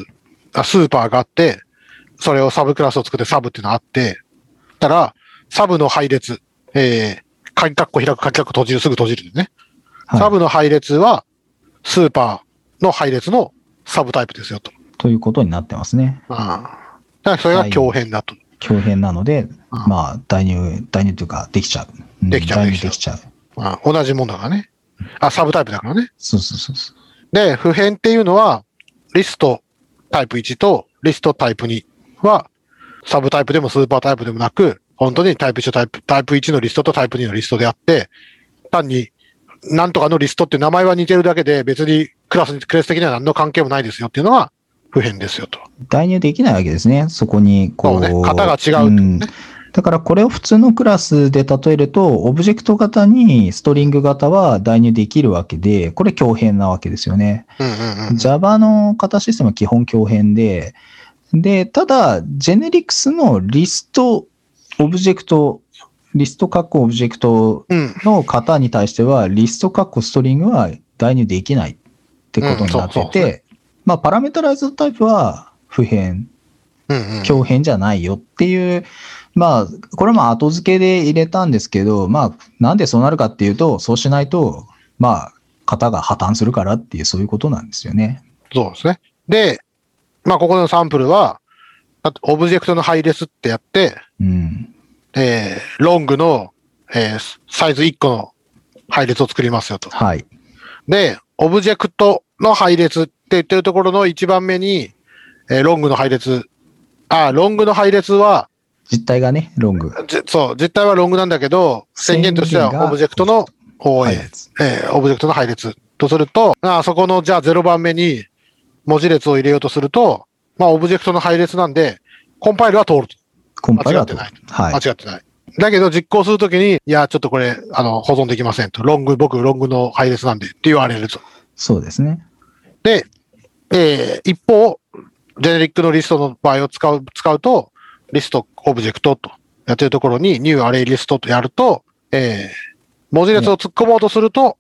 [SPEAKER 1] あ、スーパーがあって、それをサブクラスを作ってサブっていうのがあって、たら、サブの配列、えー、鍵括弧開く、鍵括弧閉じる、すぐ閉じるね。
[SPEAKER 2] はい
[SPEAKER 1] サブの配列は、スーパーの配列のサブタイプですよと。
[SPEAKER 2] ということになってますね。
[SPEAKER 1] うん。だからそれが強変だと。
[SPEAKER 2] 強変なので、
[SPEAKER 1] うん
[SPEAKER 2] まあ、代入、代入というか、できちゃう。ん
[SPEAKER 1] できちゃう
[SPEAKER 2] 代
[SPEAKER 1] で
[SPEAKER 2] 入
[SPEAKER 1] きちゃう
[SPEAKER 2] できちゃう。
[SPEAKER 1] まあ、同じもんだからね。あ、サブタイプだからね。
[SPEAKER 2] そうそうそうそう。
[SPEAKER 1] で、普遍っていうのは、リストタイプ1とリストタイプ2は、サブタイプでもスーパータイプでもなく、本当にタイプ1とタイプ、タイプ1のリストとタイプ2のリストであって、単に、なんとかのリストっていう名前は似てるだけで、別にクラスに、クレス的には何の関係もないですよっていうのは、普遍ですよと。
[SPEAKER 2] 代入できないわけですね。そこに、こう。
[SPEAKER 1] そうね型が違うってことね
[SPEAKER 2] んだからこれを普通のクラスで例えると、オブジェクト型にストリング型は代入できるわけで、これ強変なわけですよね。
[SPEAKER 1] うんうんうん。
[SPEAKER 2] Java の型システムは基本強変で、で、ただ、ジェネリクスのリスト、オブジェクト、リスト括弧オブジェクト
[SPEAKER 1] うん。
[SPEAKER 2] の方に対しては、リスト括弧ストリングは代入できないってことになって
[SPEAKER 1] うんそうそう
[SPEAKER 2] て、まあ、パラメータライズドタイプは普遍、
[SPEAKER 1] うんうん。
[SPEAKER 2] 強変じゃないよっていう、まあ、これはまあ後付けで入れたんですけど、まあ、なんでそうなるかっていうと、そうしないと、まあ、型が破綻するからっていう、そういうことなんですよね。
[SPEAKER 1] そうですね。で、まあ、ここのサンプルは、あとオブジェクトの配列ってやって、
[SPEAKER 2] うん。
[SPEAKER 1] えーロングの、えーサイズ1個の配列を作りますよと。
[SPEAKER 2] はい。
[SPEAKER 1] で、オブジェクトの配列って言ってるところの1番目に、えーロングの配列。あー、ロングの配列は、
[SPEAKER 2] 実態がね、ロング。
[SPEAKER 1] じそう、実態はロングなんだけど、宣言として
[SPEAKER 2] 宣言が
[SPEAKER 1] はオブジェクトの、おー
[SPEAKER 2] 配
[SPEAKER 1] えー
[SPEAKER 2] 列
[SPEAKER 1] えーオブジェクトの配列とすると、あーそこの、じゃあ0番目に文字列を入れようとすると、まあ、オブジェクトの配列なんで、コンパイルは通ると。
[SPEAKER 2] コンパイラーと。
[SPEAKER 1] 間違っ
[SPEAKER 2] はい。
[SPEAKER 1] 間違ってない。だけど実行するときに、いや、ちょっとこれ、あの、保存できませんと。ロング、僕、ロングの配列なんでって言われると。
[SPEAKER 2] そうですね。
[SPEAKER 1] で、えー一方、ジェネリックのリストの場合を使う、使うと、リスト、オブジェクトとやってるところに、ニューアレイリストとやると、えー文字列を突っ込もうとすると、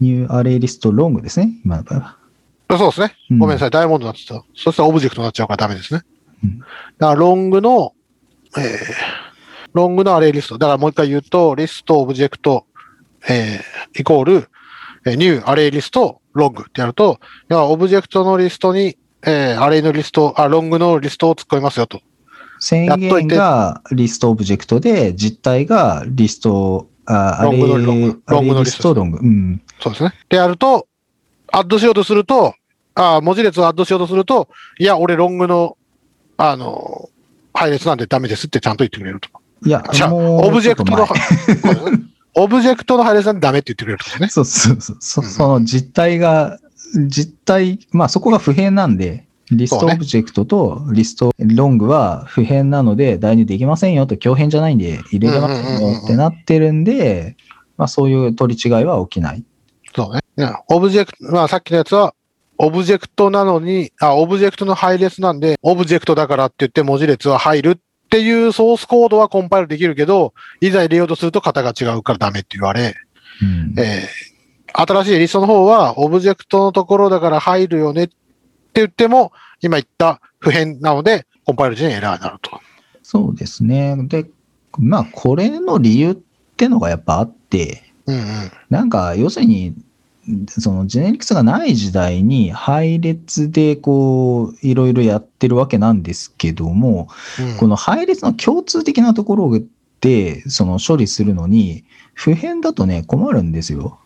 [SPEAKER 2] ニューアレイリストロングですね、今の場合は。
[SPEAKER 1] あそうですね。
[SPEAKER 2] うん
[SPEAKER 1] ごめんなさい。ダイヤモンドになってた。そしたらオブジェクトになっちゃうからダメですね。
[SPEAKER 2] うん
[SPEAKER 1] だからロングの、えー、ロングのアレイリスト。だからもう一回言うと、リスト、オブジェクト、えー、イコール、えーニュー、アレイリスト、ロングってやると、要はオブジェクトのリストに、えー、アレイのリスト、あ、ロングのリストを突っ込みますよと。
[SPEAKER 2] 宣
[SPEAKER 1] やっとい
[SPEAKER 2] 言
[SPEAKER 1] て
[SPEAKER 2] がリストオブジェクトで、実体がリスト、あ
[SPEAKER 1] ロングの
[SPEAKER 2] アレイ
[SPEAKER 1] ロング
[SPEAKER 2] アレイ
[SPEAKER 1] ロングの
[SPEAKER 2] リスト、ロング。うん。
[SPEAKER 1] そうですね。で、やると、アッドしようとすると、あ文字列をアッドしようとすると、いや、俺ロングの、あの、配列なんでダメですってちゃんと言ってくれると。
[SPEAKER 2] いや
[SPEAKER 1] じゃ、あ
[SPEAKER 2] もう、
[SPEAKER 1] オブジェクト
[SPEAKER 2] ちょ
[SPEAKER 1] の、
[SPEAKER 2] っと前
[SPEAKER 1] オブジェクトの配列なんでダメって言ってくれるんですね。
[SPEAKER 2] そうそうそう。そ
[SPEAKER 1] うんうん
[SPEAKER 2] その実体が、実体、まあそこが不変なんで、リス
[SPEAKER 1] そ
[SPEAKER 2] ト
[SPEAKER 1] うね
[SPEAKER 2] オブジェクトとリストロングは不変なので、代入できませんよと、強変じゃないんで入れれません
[SPEAKER 1] うんうんうんう
[SPEAKER 2] よ
[SPEAKER 1] ん
[SPEAKER 2] ってなってるんで、まあそういう取り違いは起きない。
[SPEAKER 1] そうね。うんオブジェクト、まあさっきのやつは、オブジェクトなのに、あ、オブジェクトの配列なんで、オブジェクトだからって言って文字列は入るっていうソースコードはコンパイルできるけど、いざ入れようとすると型が違うからダメって言われ、
[SPEAKER 2] うん
[SPEAKER 1] えー新しいリストの方は、オブジェクトのところだから入るよねって言っても、今言った普遍なので、コンパイル時にエラーになると。
[SPEAKER 2] そうですね。で、まあこれの理由ってのがやっぱあって、
[SPEAKER 1] うんうん。
[SPEAKER 2] なんか要するに、そのジェネリクスがない時代に配列でこういろいろやってるわけなんですけども、
[SPEAKER 1] うん
[SPEAKER 2] この配列の共通的なところで、その処理するのに、普遍だとね、困るんですよ。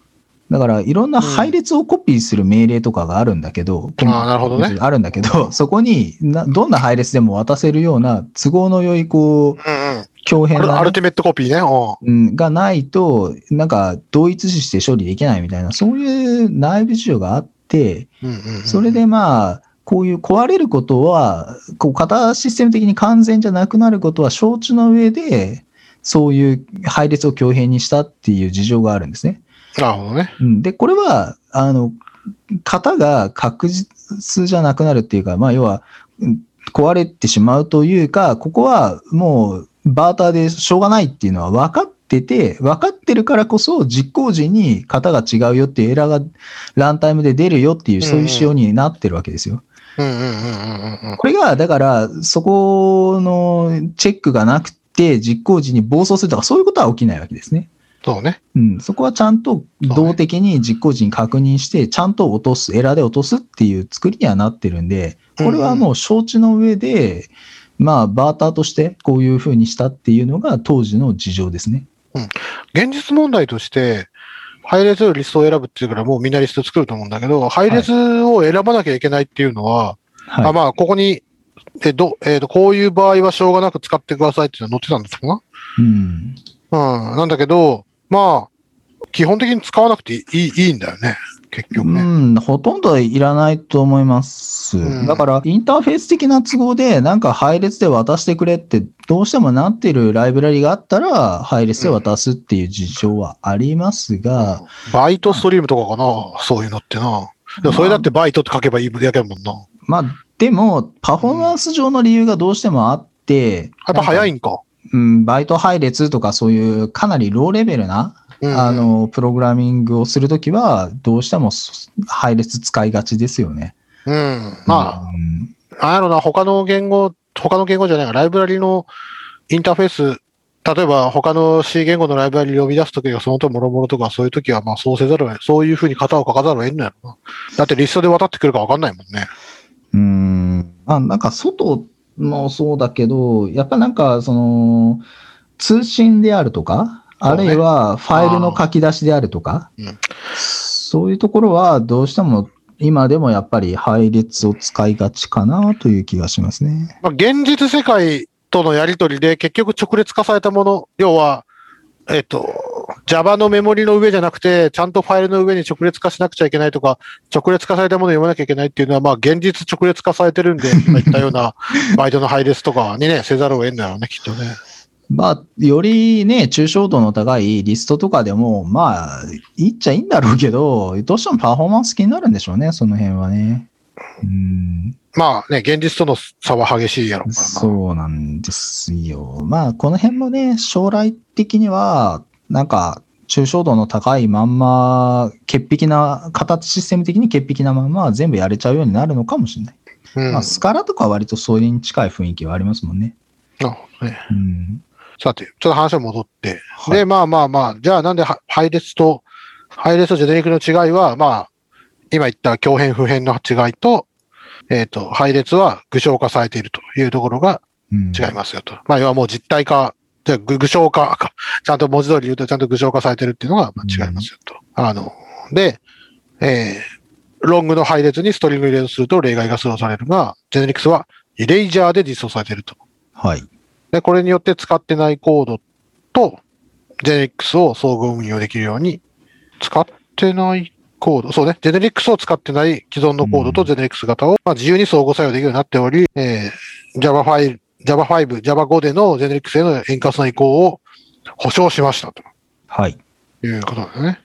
[SPEAKER 2] だから、いろんな配列をコピーする命令とかがあるんだけど、
[SPEAKER 1] ああなるほどね
[SPEAKER 2] あるんだけど、そこにな、どんな配列でも渡せるような都合の良い、こう、
[SPEAKER 1] うんうん。
[SPEAKER 2] 強変
[SPEAKER 1] これ
[SPEAKER 2] な
[SPEAKER 1] ア
[SPEAKER 2] ね
[SPEAKER 1] ルティメットコピーね。う
[SPEAKER 2] うんがないと、なんか、同一視して処理できないみたいな、そういう内部事情があって、
[SPEAKER 1] んうんうんうん
[SPEAKER 2] それでまあ、こういう壊れることは、こう、型システム的に完全じゃなくなることは承知の上で、そういう配列を強変にしたっていう事情があるんですね。
[SPEAKER 1] なるほどね。
[SPEAKER 2] うん、で、これは、あの、型が確実じゃなくなるっていうか、まあ、要は、うん壊れてしまうというか、ここはもう、バーターでしょうがないっていうのは分かってて、分かってるからこそ、実行時に型が違うよっていうエラーがランタイムで出るよっていう、そういう仕様になってるわけですよ。
[SPEAKER 1] うんうんうんうんうんうん。
[SPEAKER 2] これが、だから、そこのチェックがなくて、実行時に暴走するとか、そういうことは起きないわけですね。
[SPEAKER 1] そうね。
[SPEAKER 2] うん、そこはちゃんと動的に実行時に確認して、ちゃんと落とす、エラーで落とすっていう作りにはなってるんで、これはもう承知の上で、まあ、バーターとしてこういうふうにしたっていうのが当時の事情ですね。
[SPEAKER 1] 現実問題として、配列よりリストを選ぶっていうから、もうみんなリスト作ると思うんだけど、配列を選ばなきゃいけないっていうのは、
[SPEAKER 2] は
[SPEAKER 1] あまあ、ここに、えどえーと、こういう場合はしょうがなく使ってくださいっていうのは載ってたんですかな。
[SPEAKER 2] い。うん。
[SPEAKER 1] うん、なんだけど、まあ、基本的に使わなくていいいいんだよね、結局ね。
[SPEAKER 2] うん、ほとんどいらないと思います。
[SPEAKER 1] うん
[SPEAKER 2] だから、インターフェース的な都合で、なんか配列で渡してくれって、どうしてもなってるライブラリがあったら、配列で渡すっていう事情はありますが、
[SPEAKER 1] バイトストリームとかかな、そういうのってな。でもそれだってバイトって書けばいいだけだもんな。やっ
[SPEAKER 2] まあ、でも、パフォーマンス上の理由がどうしてもあって、
[SPEAKER 1] ぱ早
[SPEAKER 2] い、
[SPEAKER 1] いんか。
[SPEAKER 2] うん、バイト配列とかそういうかなりローレベルな、
[SPEAKER 1] うん
[SPEAKER 2] あの、プログラミングをするときは、どうしてもそ配列使いがちですよね。
[SPEAKER 1] うん。ま
[SPEAKER 2] うん
[SPEAKER 1] あ、なんやろな、他の言語、他の言語じゃないか、ライブラリのインターフェース、例えば他の C 言語のライブラリ呼び出すときがそのともろもろとかそういうときは、まあそうせざるを得そういうふうに型を書かざるを得んのやろな。だってリストで渡ってくるかわかんないもんね。
[SPEAKER 2] うん。まあ、なんか外もそうだけど、やっぱなんか、その、通信であるとか、
[SPEAKER 1] そ
[SPEAKER 2] あ
[SPEAKER 1] うね
[SPEAKER 2] るいはファイルの書き出しであるとか、
[SPEAKER 1] うん
[SPEAKER 2] そういうところはどうしても今でもやっぱり配列を使いがちかなという気がしますね。
[SPEAKER 1] まあ、現実世界とのやりとりで結局直列化されたもの、要は、えっと、Java のメモリの上じゃなくて、ちゃんとファイルの上に直列化しなくちゃいけないとか、直列化されたものを読まなきゃいけないっていうのは、まあ、現実直列化されてる んで、今言ったようなバイトの配列とかにね、せざるを得んだろうね、きっとね。
[SPEAKER 2] まあ、よりね、抽象度の高いリストとかでも、まあ、いいっちゃいいんだろうけど、どうしてもパフォーマンス気になるんでしょうね、その辺はね。うん
[SPEAKER 1] まあね、現実との差は激しいやろうからな。
[SPEAKER 2] そうなんですよ。まあ、この辺もね、将来的には、なんか、抽象度の高いまんま、潔癖な、形システム的に潔癖なまんま全部やれちゃうようになるのかもしれない。
[SPEAKER 1] うん。
[SPEAKER 2] まあ、スカラとかは割とそれに近い雰囲気はありますもんね。
[SPEAKER 1] なるほどね。
[SPEAKER 2] うん。
[SPEAKER 1] さて、ちょっと話は戻って。
[SPEAKER 2] はい
[SPEAKER 1] で、まあまあまあ、じゃあなんでは配列と、配列とジェネリックの違いは、まあ、今言った強変不変の違いと、えっ、と、配列は具象化されているというところが
[SPEAKER 2] うん、
[SPEAKER 1] 違いますよと。まあ、要はもう実体化、じゃあ具具象化か。ちゃんと文字通り言うとちゃんと具象化されてるっていうのがまあ違いますよと。あの、で、えー、ロングの配列にストリングを入れるとすると例外がスローされるが、ジェネリックスはイレイジャーで実装されていると。
[SPEAKER 2] はい。
[SPEAKER 1] で、これによって使ってないコードと、ジェネリックスを相互運用できるように、使ってないコード、そうね、ジェネリックスを使ってない既存のコードと
[SPEAKER 2] うん
[SPEAKER 1] ジェネリックス型を、まあ、自由に相互作用できるようになっており、えー、Java ファイル、Java 5、Java 5でのジェネリックスへの円滑な移行を保証しましたと
[SPEAKER 2] はい。
[SPEAKER 1] いうことですね。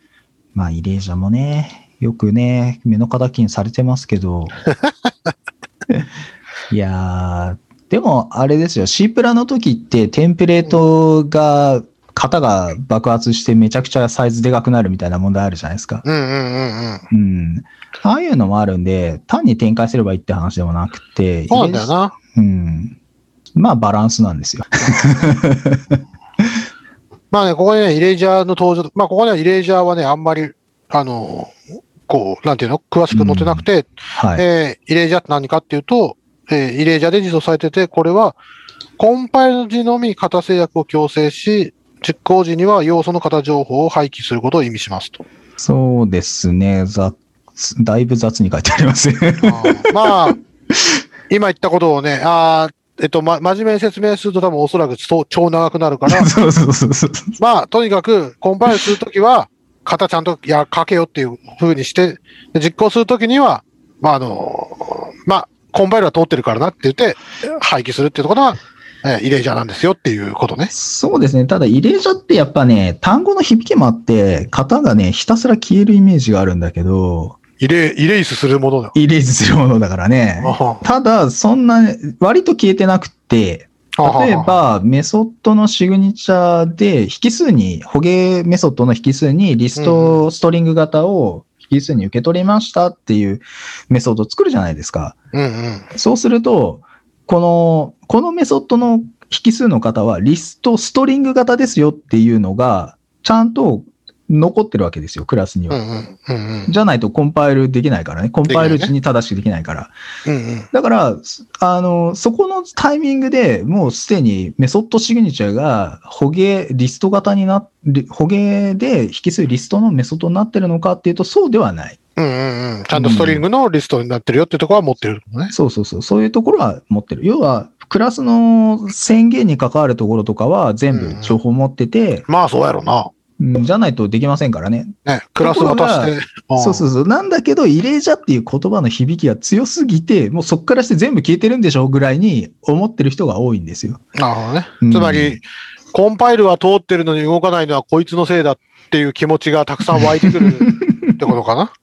[SPEAKER 2] まあ、イレージャーもね、よくね、目の敵にされてます けど。いやー、でもあれですよ、C プラの時ってテンプレートが、型が爆発してめちゃくちゃサイズでかくなるみたいな問題あるじゃないですか。
[SPEAKER 1] うんうんうんうん。
[SPEAKER 2] うん。ああいうのもあるんで、単に展開すればいいって話でもなくて、
[SPEAKER 1] そうなんだよな。
[SPEAKER 2] うん。まあ、バランスなんですよ。
[SPEAKER 1] まあね、ここでね、イレイジャーの登場、まあここではイレイジャーはね、あんまり、あの、こう、なんていうの詳しく載ってなくて、
[SPEAKER 2] はい。
[SPEAKER 1] えーイレージャーって何かっていうと、えーイレージャーで実装されてて、これは、コンパイル時のみ型制約を強制し、実行時には要素の型情報を廃棄することを意味しますと。
[SPEAKER 2] そうですね。ざだいぶ雑に書いてあります ね。
[SPEAKER 1] あーまあ、今言ったことをね、あーえっと、ま、真面目に説明すると多分おそらく超超長くなるから、
[SPEAKER 2] そうそうそうそう。
[SPEAKER 1] まあ、とにかく、コンパイルするときは、型ちゃんとやかけよっていう風にして、で実行するときには、まあ、あの、まあ、コンパイルは通ってるからなって言って、廃棄するっていうことが、えーイレージャーなんですよっていうことね。
[SPEAKER 2] そうですね。ただ、イレージャーってやっぱね、単語の響きもあって、型がね、ひたすら消えるイメージがあるんだけど、
[SPEAKER 1] イレ、イレイスするものだよ。
[SPEAKER 2] イレージするものだからね。ただ、そんな、割と消えてなくって、例えば、メソッドのシグニチャーで、引数に、捕鯨メソッドの引数に、リストストリング型を引数に受け取りましたっていうメソッドを作るじゃないですか。
[SPEAKER 1] うんうん。
[SPEAKER 2] そうすると、この、このメソッドの引数の方は、リストストリング型ですよっていうのが、ちゃんと残ってるわけですよ、クラスに
[SPEAKER 1] うんう
[SPEAKER 2] は。
[SPEAKER 1] ん。うんうん。
[SPEAKER 2] じゃないとコンパイルできないからね。コンパイル
[SPEAKER 1] できない
[SPEAKER 2] 時に正しくできないから。
[SPEAKER 1] うんうん。
[SPEAKER 2] だから、すあの、そこのタイミングでもうすでにメソッドシグニチャーが、捕鯨、リスト型にな、り捕鯨で引数リストのメソッドになってるのかっていうと、そうではない。
[SPEAKER 1] うんうんうん。ちゃんとストリングのリストになってるよってところは持ってるのね。
[SPEAKER 2] そうそうそう。そういうところは持ってる。要は、クラスの宣言に関わるところとかは全
[SPEAKER 1] うんう
[SPEAKER 2] 部
[SPEAKER 1] ん
[SPEAKER 2] 情報持ってて、
[SPEAKER 1] まあ、そうやろな。
[SPEAKER 2] うんじゃないとできませんからね。
[SPEAKER 1] ね、クラス渡して。。
[SPEAKER 2] そうそううそう。なんだけど、イレージャーっていう言葉の響きが強すぎて、もうそっからして全部消えてるんでしょぐらいに思ってる人が多いんですよ。
[SPEAKER 1] なるほどね
[SPEAKER 2] う。ん
[SPEAKER 1] つまり、コンパイルは通ってるのに動かないのはこいつのせいだっていう気持ちがたくさん湧いてく るってことかな。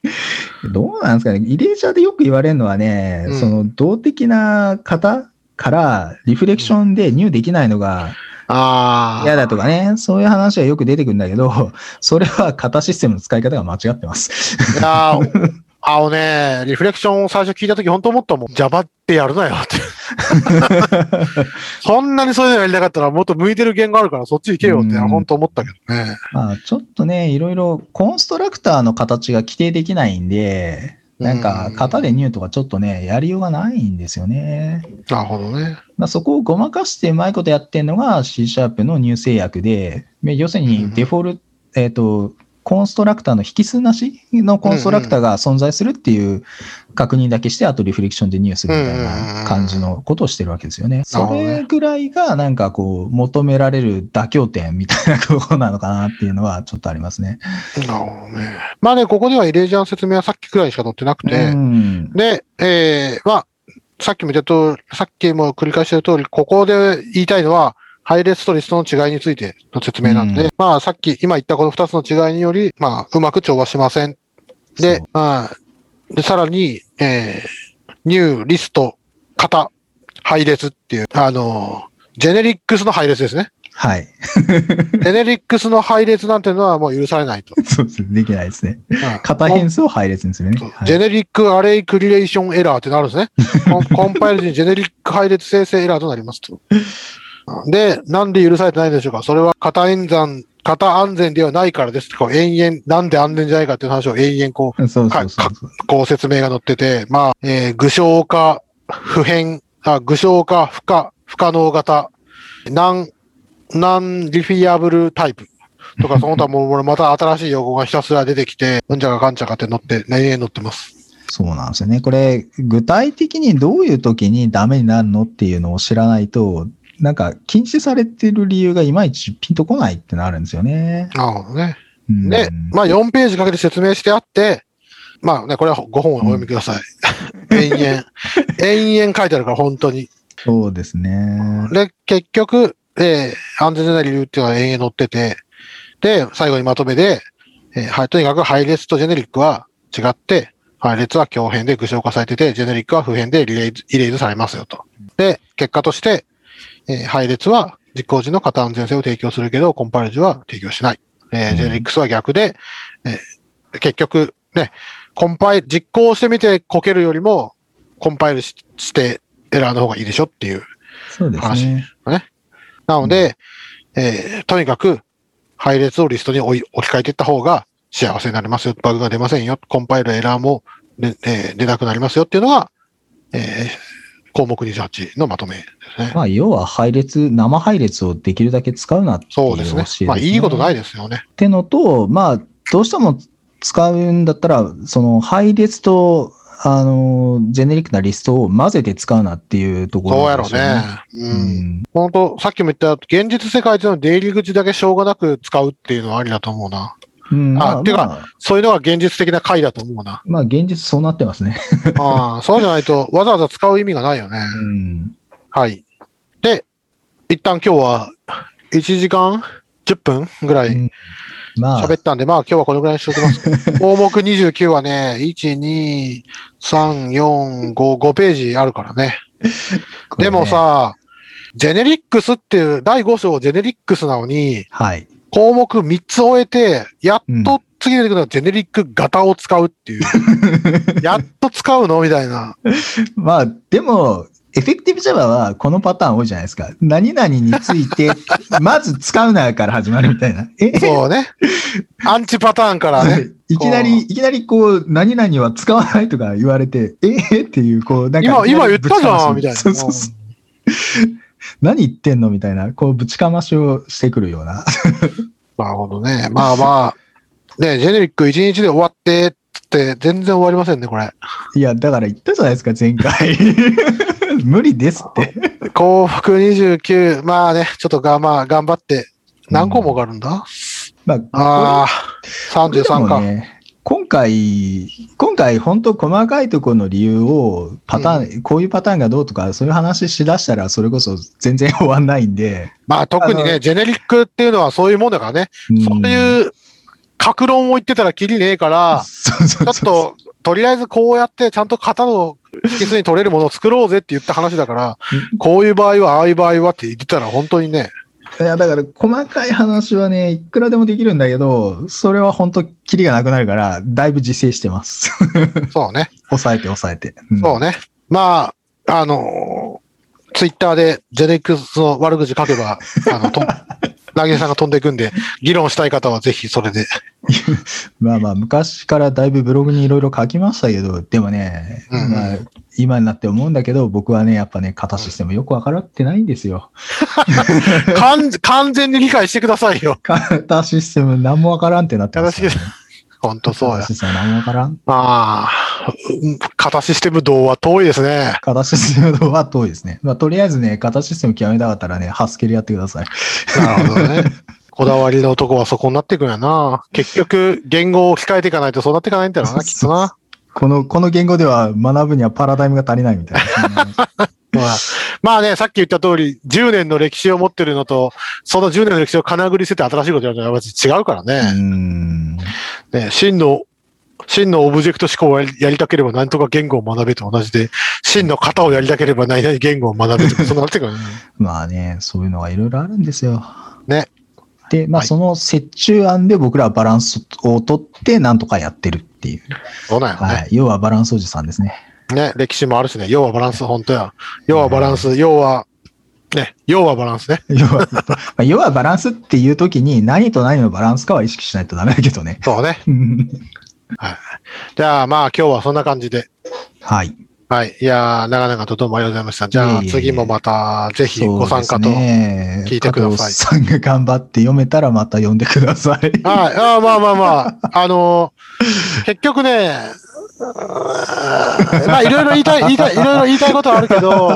[SPEAKER 2] どうなんですかね。イレージャーでよく言われるのはね、
[SPEAKER 1] うん
[SPEAKER 2] その動的な方からリフレクションで入できないのが、
[SPEAKER 1] ああ。
[SPEAKER 2] 嫌だとかね、そういう話はよく出てくるんだけど、 それは型システムの使い方が間違ってます。
[SPEAKER 1] いやーあのね、リフレクションを最初聞いたとき本当思ったもん。邪魔ってやるなよ って。そんなにそういうのやりたかったらもっと向いてる言語あるからそっち行けよって
[SPEAKER 2] うん
[SPEAKER 1] 本当思ったけどね。
[SPEAKER 2] まあ、ちょっとね、いろいろコンストラクターの形が規定できないんで、なんか
[SPEAKER 1] うん
[SPEAKER 2] 型で入とかちょっとね、やりようがないんですよね。
[SPEAKER 1] なるほどね。
[SPEAKER 2] まあ、そこをごまかしてうまいことやってるのが C シャープの入制約で、まあ要する
[SPEAKER 1] うん
[SPEAKER 2] にデフォルト、えっ、と、コンストラクターの引数なしのコンストラクターが存在するっていう確認だけして、あとリフレクションで入するみたいな感じのことをしてるわけですよね。
[SPEAKER 1] なる
[SPEAKER 2] そ
[SPEAKER 1] ほどね
[SPEAKER 2] れぐらいがなんかこう求められる妥協点みたいなところなのかなっていうのはちょっとありますね。
[SPEAKER 1] なるほどね。まあね、ここではイレージャーの説明はさっきくらいしか載ってなくて。
[SPEAKER 2] うん。
[SPEAKER 1] で、えー、まあ、さっきも言ったと、さっきも繰り返してる通り、ここで言いたいのは、配列とリストの違いについての説明なんで、
[SPEAKER 2] うん
[SPEAKER 1] まあ、さっき、今言ったこの二つの違いにより、まあ、うまく調和しません。で
[SPEAKER 2] そう、
[SPEAKER 1] まあ、で、さらに、えー、ニュー、リ スト、型、配列っていう、あのージェネリックスの配列ですね。
[SPEAKER 2] はい。
[SPEAKER 1] ジェネリックスの配列なんてのはもう許されないと。
[SPEAKER 2] そうですね。できないですね。
[SPEAKER 1] うん
[SPEAKER 2] 片変数を配列にするね。
[SPEAKER 1] そう
[SPEAKER 2] は
[SPEAKER 1] ジェ
[SPEAKER 2] い、
[SPEAKER 1] ネリックアレイクリレーションエラーってなるんで すね。コンコンパイル時にジェネリック配列生成エラーとなりますと。で、なんで許されてないんでしょうかそれは型演算、型安全ではないからですってこう延々、なんで安全じゃないかっていう話を延々こ
[SPEAKER 2] そうそうそうそう。
[SPEAKER 1] う、こう説明が載ってて、まあ、えー具象化、不変、あ具象化、不可、不可能型、なん、なんリフィアブルタイプ。とか、その他ももうまた新しい用語がひたすら出てきて、うんちゃかかんちゃかって載って、延々載ってます。
[SPEAKER 2] そうなんですよね。これ、具体的にどういう時にダメになるのっていうのを知らないと、なんか禁止されてる理由がいまいちピンとこないってなるんですよね。
[SPEAKER 1] なるほどね。
[SPEAKER 2] うん
[SPEAKER 1] で、まあ4ページかけて説明してあって、まあね、これはご本をお読みください。 延々。延々書いてあるから、本当に。
[SPEAKER 2] そうですね。
[SPEAKER 1] で、結局、えー安全な理由っていうのは延々載ってて、で、最後にまとめで、えーはい、とにかく配列とジェネリックは違って、配列は強変で具象化されてて、ジェネリックは普遍でリレイズイレイズされますよと。で、結果として、えー配列は実行時の型安全性を提供するけど、コンパイル時は提供しない。えー
[SPEAKER 2] うん
[SPEAKER 1] ジェネリックスは逆で、えー結局、ね、コンパイル、実行してみてこけるよりも、コンパイルししてエラーの方がいいでしょっていう
[SPEAKER 2] そうですね。
[SPEAKER 1] なので、えーとにかく配列をリストに置い置き換えていった方が幸せになりますよ。バグが出ませんよ。コンパイルエラーも、ねえー出なくなりますよっていうのが、えー項目28のまとめですね。
[SPEAKER 2] まあ、要は配列、生配列をできるだけ使うなっていう
[SPEAKER 1] そう
[SPEAKER 2] 教え
[SPEAKER 1] で
[SPEAKER 2] です
[SPEAKER 1] す
[SPEAKER 2] ね。。
[SPEAKER 1] ね。まあ、いいことないいですよね。
[SPEAKER 2] ってのと、まあ、どうしても使うんだったら、その配列と、あの、ジェネリックなリストを混ぜて使うなっていうところ
[SPEAKER 1] どうや
[SPEAKER 2] なん
[SPEAKER 1] ろう
[SPEAKER 2] ですよ
[SPEAKER 1] ね。
[SPEAKER 2] う
[SPEAKER 1] うん。
[SPEAKER 2] ん。
[SPEAKER 1] 本当さっきも言った、現実世界での出入り口だけしょうがなく使うっていうのはありだと思うな。
[SPEAKER 2] うん
[SPEAKER 1] あ
[SPEAKER 2] ま
[SPEAKER 1] てか
[SPEAKER 2] まあ。
[SPEAKER 1] そういうのが現実的な回だと思うな
[SPEAKER 2] まあ、現実そうなってますね。
[SPEAKER 1] ああ、そうじゃないと、わざわざ使う意味がないよね。
[SPEAKER 2] うん。
[SPEAKER 1] はい。で、一旦今日は1時間10分ぐらい
[SPEAKER 2] まあ
[SPEAKER 1] 喋、ったんで、まあ今日はこのぐらいにしとき ます。項目29はね、1、2、3、4、5、5ページあるからね。
[SPEAKER 2] こ
[SPEAKER 1] で
[SPEAKER 2] れね
[SPEAKER 1] も、さ、ジェネリックスっていう、第5章ジェネリックスなのに、
[SPEAKER 2] はい。
[SPEAKER 1] 項目3つ終えて、やっと次出てくるのはジェネリック型を使うって いう。やっと使うのみたいな。
[SPEAKER 2] まあ、でも、エフェクティブ Java はこのパターン多いじゃないですか。何々につい て、まず使うなから始まるみたいな。え
[SPEAKER 1] そう ね。アンチパターンからね。
[SPEAKER 2] いきなり、いきなりこう、何々は使わないとか言われて、えっていう、こう、なんか。
[SPEAKER 1] 今今言
[SPEAKER 2] い
[SPEAKER 1] っ
[SPEAKER 2] きり
[SPEAKER 1] たじゃん
[SPEAKER 2] ぶ
[SPEAKER 1] み
[SPEAKER 2] ち
[SPEAKER 1] た
[SPEAKER 2] かま
[SPEAKER 1] いな。
[SPEAKER 2] しそうそうそう何言ってんのみたいな、こう、ぶちかましをしてくるような。
[SPEAKER 1] なるほどね。まあまあ、 ね、ジェネリック1日で終わってっつって、全然終わりませんね、これ。
[SPEAKER 2] いや、だから言ったじゃないですか、前回。無理ですって。
[SPEAKER 1] 幸福29、まあね、ちょっとが、まあ、頑張って、何項目あるんだ、
[SPEAKER 2] ま
[SPEAKER 1] あ
[SPEAKER 2] あ、
[SPEAKER 1] あ、33か。
[SPEAKER 2] ね、今回、今回本当細かいところの理由をパターン、こういうパターンがどうとか、そういう話しだしたらそれこそ全然終わんないんで。
[SPEAKER 1] まあ特に
[SPEAKER 2] あ
[SPEAKER 1] ね、ジェネリックっていうのはそういうもんだからね、
[SPEAKER 2] ん
[SPEAKER 1] そういう、格論を言ってたらきりねえから、
[SPEAKER 2] そうそう
[SPEAKER 1] ちょ
[SPEAKER 2] そう
[SPEAKER 1] っと、とりあえずこうやってちゃんと型の引数に取れるものを作ろうぜって言った話だから、こういう場合は、ああいう場合はって言ってたら本当にね、
[SPEAKER 2] いや、だから細かい話はね、いくらでもできるんだけど、それは本当キリがなくなるから、だいぶ自制してます。
[SPEAKER 1] そうね。
[SPEAKER 2] 抑えて抑えて。うん
[SPEAKER 1] そうね。まあ、あのツイッター Twitter でジェネリックスの悪口書けば、あの、と、なぎさんが飛んでいくんで、議論したい方はぜひそれで。
[SPEAKER 2] まあまあ、昔からだいぶブログにいろいろ書きましたけど、でもね、
[SPEAKER 1] うん
[SPEAKER 2] まあ、今になって思うんだけど、僕はね、やっぱね、型システムよくわからってないんですよ。
[SPEAKER 1] 完完全に理解してくださいよ。
[SPEAKER 2] 型システム何もわからんってなってますよ、ね。
[SPEAKER 1] 本当そうや
[SPEAKER 2] 型。システム何もわからん。
[SPEAKER 1] まあ、うん型システム道は遠いですね。
[SPEAKER 2] 型システムは遠いですね。まあ、とりあえずね、型システム極めたかったらね、ハスケルやってください。
[SPEAKER 1] なるほどね。こだわりの男はそこになっていくんやな。結局、言語を置き換えていかないとそうなっていかないんだろうな、きっとな。
[SPEAKER 2] この、この言語では学ぶにはパラダイムが足りないみたいな。
[SPEAKER 1] まあ、まあね、さっき言った通り、10年の歴史を持ってるのと、その10年の歴史をかなぐり捨てて新しいことやるのはやっぱり違うから
[SPEAKER 2] う
[SPEAKER 1] ね。
[SPEAKER 2] ん
[SPEAKER 1] ね真の、真のオブジェクト思考をやりやりたければ何とか言語を学べと同じで、真の型をやりたければ何々言語を学べとか、そうなってくるね。
[SPEAKER 2] まあね、そういうのがいろいろあるんですよ。で、まあ、
[SPEAKER 1] はい
[SPEAKER 2] その折衷案で僕らはバランスを取って、なんとかやってるっていう。
[SPEAKER 1] そうなんよね。
[SPEAKER 2] はい。要はバランスおじさんですね。
[SPEAKER 1] ね、歴史もあるしね。要はバランス、本当や。要はバランス、要は、ね、要はバランスね。
[SPEAKER 2] 要は、まあ要はバランスっていう時に何と何のバランスかは意識しないとダメだけどね。
[SPEAKER 1] そうね。
[SPEAKER 2] うん
[SPEAKER 1] じゃあまあ今日はそんな感じで。
[SPEAKER 2] はい。
[SPEAKER 1] はい。いやー、長々とどうもありがとうございました。じゃあ
[SPEAKER 2] いえいえ
[SPEAKER 1] 次もまた、ぜひご参加と。
[SPEAKER 2] そうですね
[SPEAKER 1] 聞いてください
[SPEAKER 2] 加藤さんが頑張って読めたらまた読んでください。
[SPEAKER 1] はい。ああ、まあまあまあ。あのー結局ね、うーんまあいろいろ言いたい、言いたい、いろいろ言いたいことはあるけど、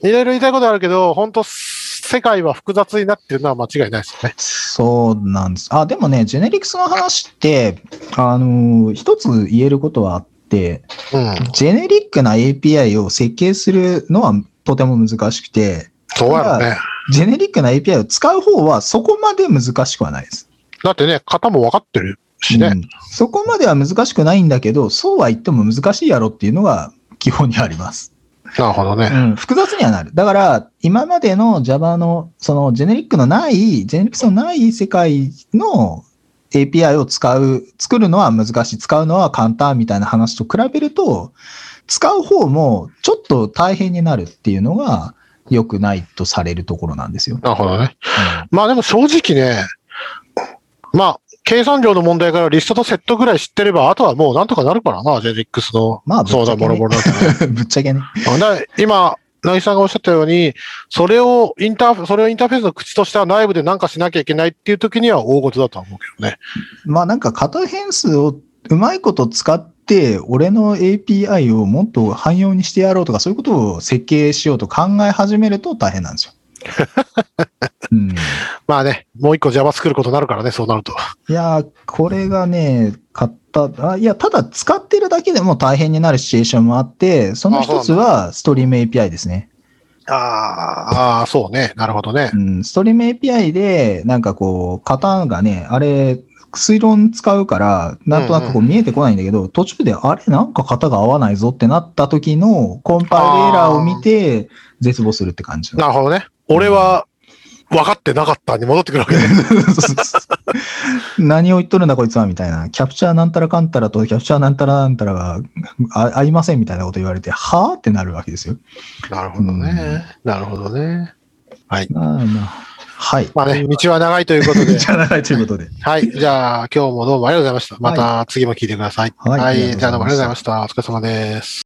[SPEAKER 1] いろいろ言いたいことはあるけど、本当世界は複雑になってるのは間違いないですよね。
[SPEAKER 2] そうなんです。あ、でもね、ジェネリクスの話って、あのー一つ言えることはあって、
[SPEAKER 1] うん。
[SPEAKER 2] ジェネリックな API を設計するのはとても難しくて、
[SPEAKER 1] そうやろね。
[SPEAKER 2] ジェネリックな API を使う方はそこまで難しくはないです。
[SPEAKER 1] だってね、型も分かってるしね。
[SPEAKER 2] うんそこまでは難しくないんだけど、そうは言っても難しいやろっていうのが基本にあります。
[SPEAKER 1] なるほどね。
[SPEAKER 2] うん 複雑にはなる。だから、今までの Java の、そのジェネリックのない、ジェネリックのない世界の API を使う、作るのは難しい、使うのは簡単みたいな話と比べると、使う方もちょっと大変になるっていうのが良くないとされるところなんですよ。
[SPEAKER 1] なるほどね。まあでも正直ね、まあ、計算量の問題からリストとセットぐらい知ってれば、あとはもうなんとかなるからな、ジェネリックスの。
[SPEAKER 2] まあぶっち
[SPEAKER 1] そ
[SPEAKER 2] ゃ
[SPEAKER 1] う
[SPEAKER 2] け
[SPEAKER 1] だ、
[SPEAKER 2] ね
[SPEAKER 1] ボロボロだけどね
[SPEAKER 2] ぶっちゃけね。
[SPEAKER 1] だから今、ナギさんがおっしゃったように、それをインターフェ、それをインターフェースの口としては内部でなんかしなきゃいけないっていう時には大事だとは思うけどね。
[SPEAKER 2] まあなんか型変数をうまいこと使って、俺の API をもっと汎用にしてやろうとか、そういうことを設計しようと考え始めると大変なんですよ。うん、
[SPEAKER 1] まあね、もう一個 Java 作ることになるからね、そうなると。
[SPEAKER 2] いやー、これがね、買った、あいや、ただ使ってるだけでも大変になるシチュエーションもあって、その一つはストリーム API ですね。
[SPEAKER 1] ああ、ああそうね。なるほどね
[SPEAKER 2] う。ん、ストリーム API で、なんかこう、型がね、あれ、推論使うから、なんとなくこう見えてこないんだけど、途中で、あれ、なんか型が合わないぞってなった時の、コンパイルエラーを見て、絶望するって感じ。
[SPEAKER 1] なるほどね。俺は、分かってなかったに戻ってくるわけね。
[SPEAKER 2] 何を言っとるんだこいつは、みたいな。キャプチャーなんたらかんたらと、キャプチャーなんたらなんたらがあ合いませんみたいなこと言われて、はぁってなるわけですよ。
[SPEAKER 1] なるほどね。なるほどね。
[SPEAKER 2] まあまあ。はい。
[SPEAKER 1] まあね、道は長いという ことで。
[SPEAKER 2] じゃないということで。
[SPEAKER 1] はい。じゃあ、今日もどうもありがとうございました。また次も聞いてください。
[SPEAKER 2] はい
[SPEAKER 1] は
[SPEAKER 2] ありがとうございま
[SPEAKER 1] い。
[SPEAKER 2] し
[SPEAKER 1] じ
[SPEAKER 2] た
[SPEAKER 1] ゃあどうもありがとうございました。お疲れ様です。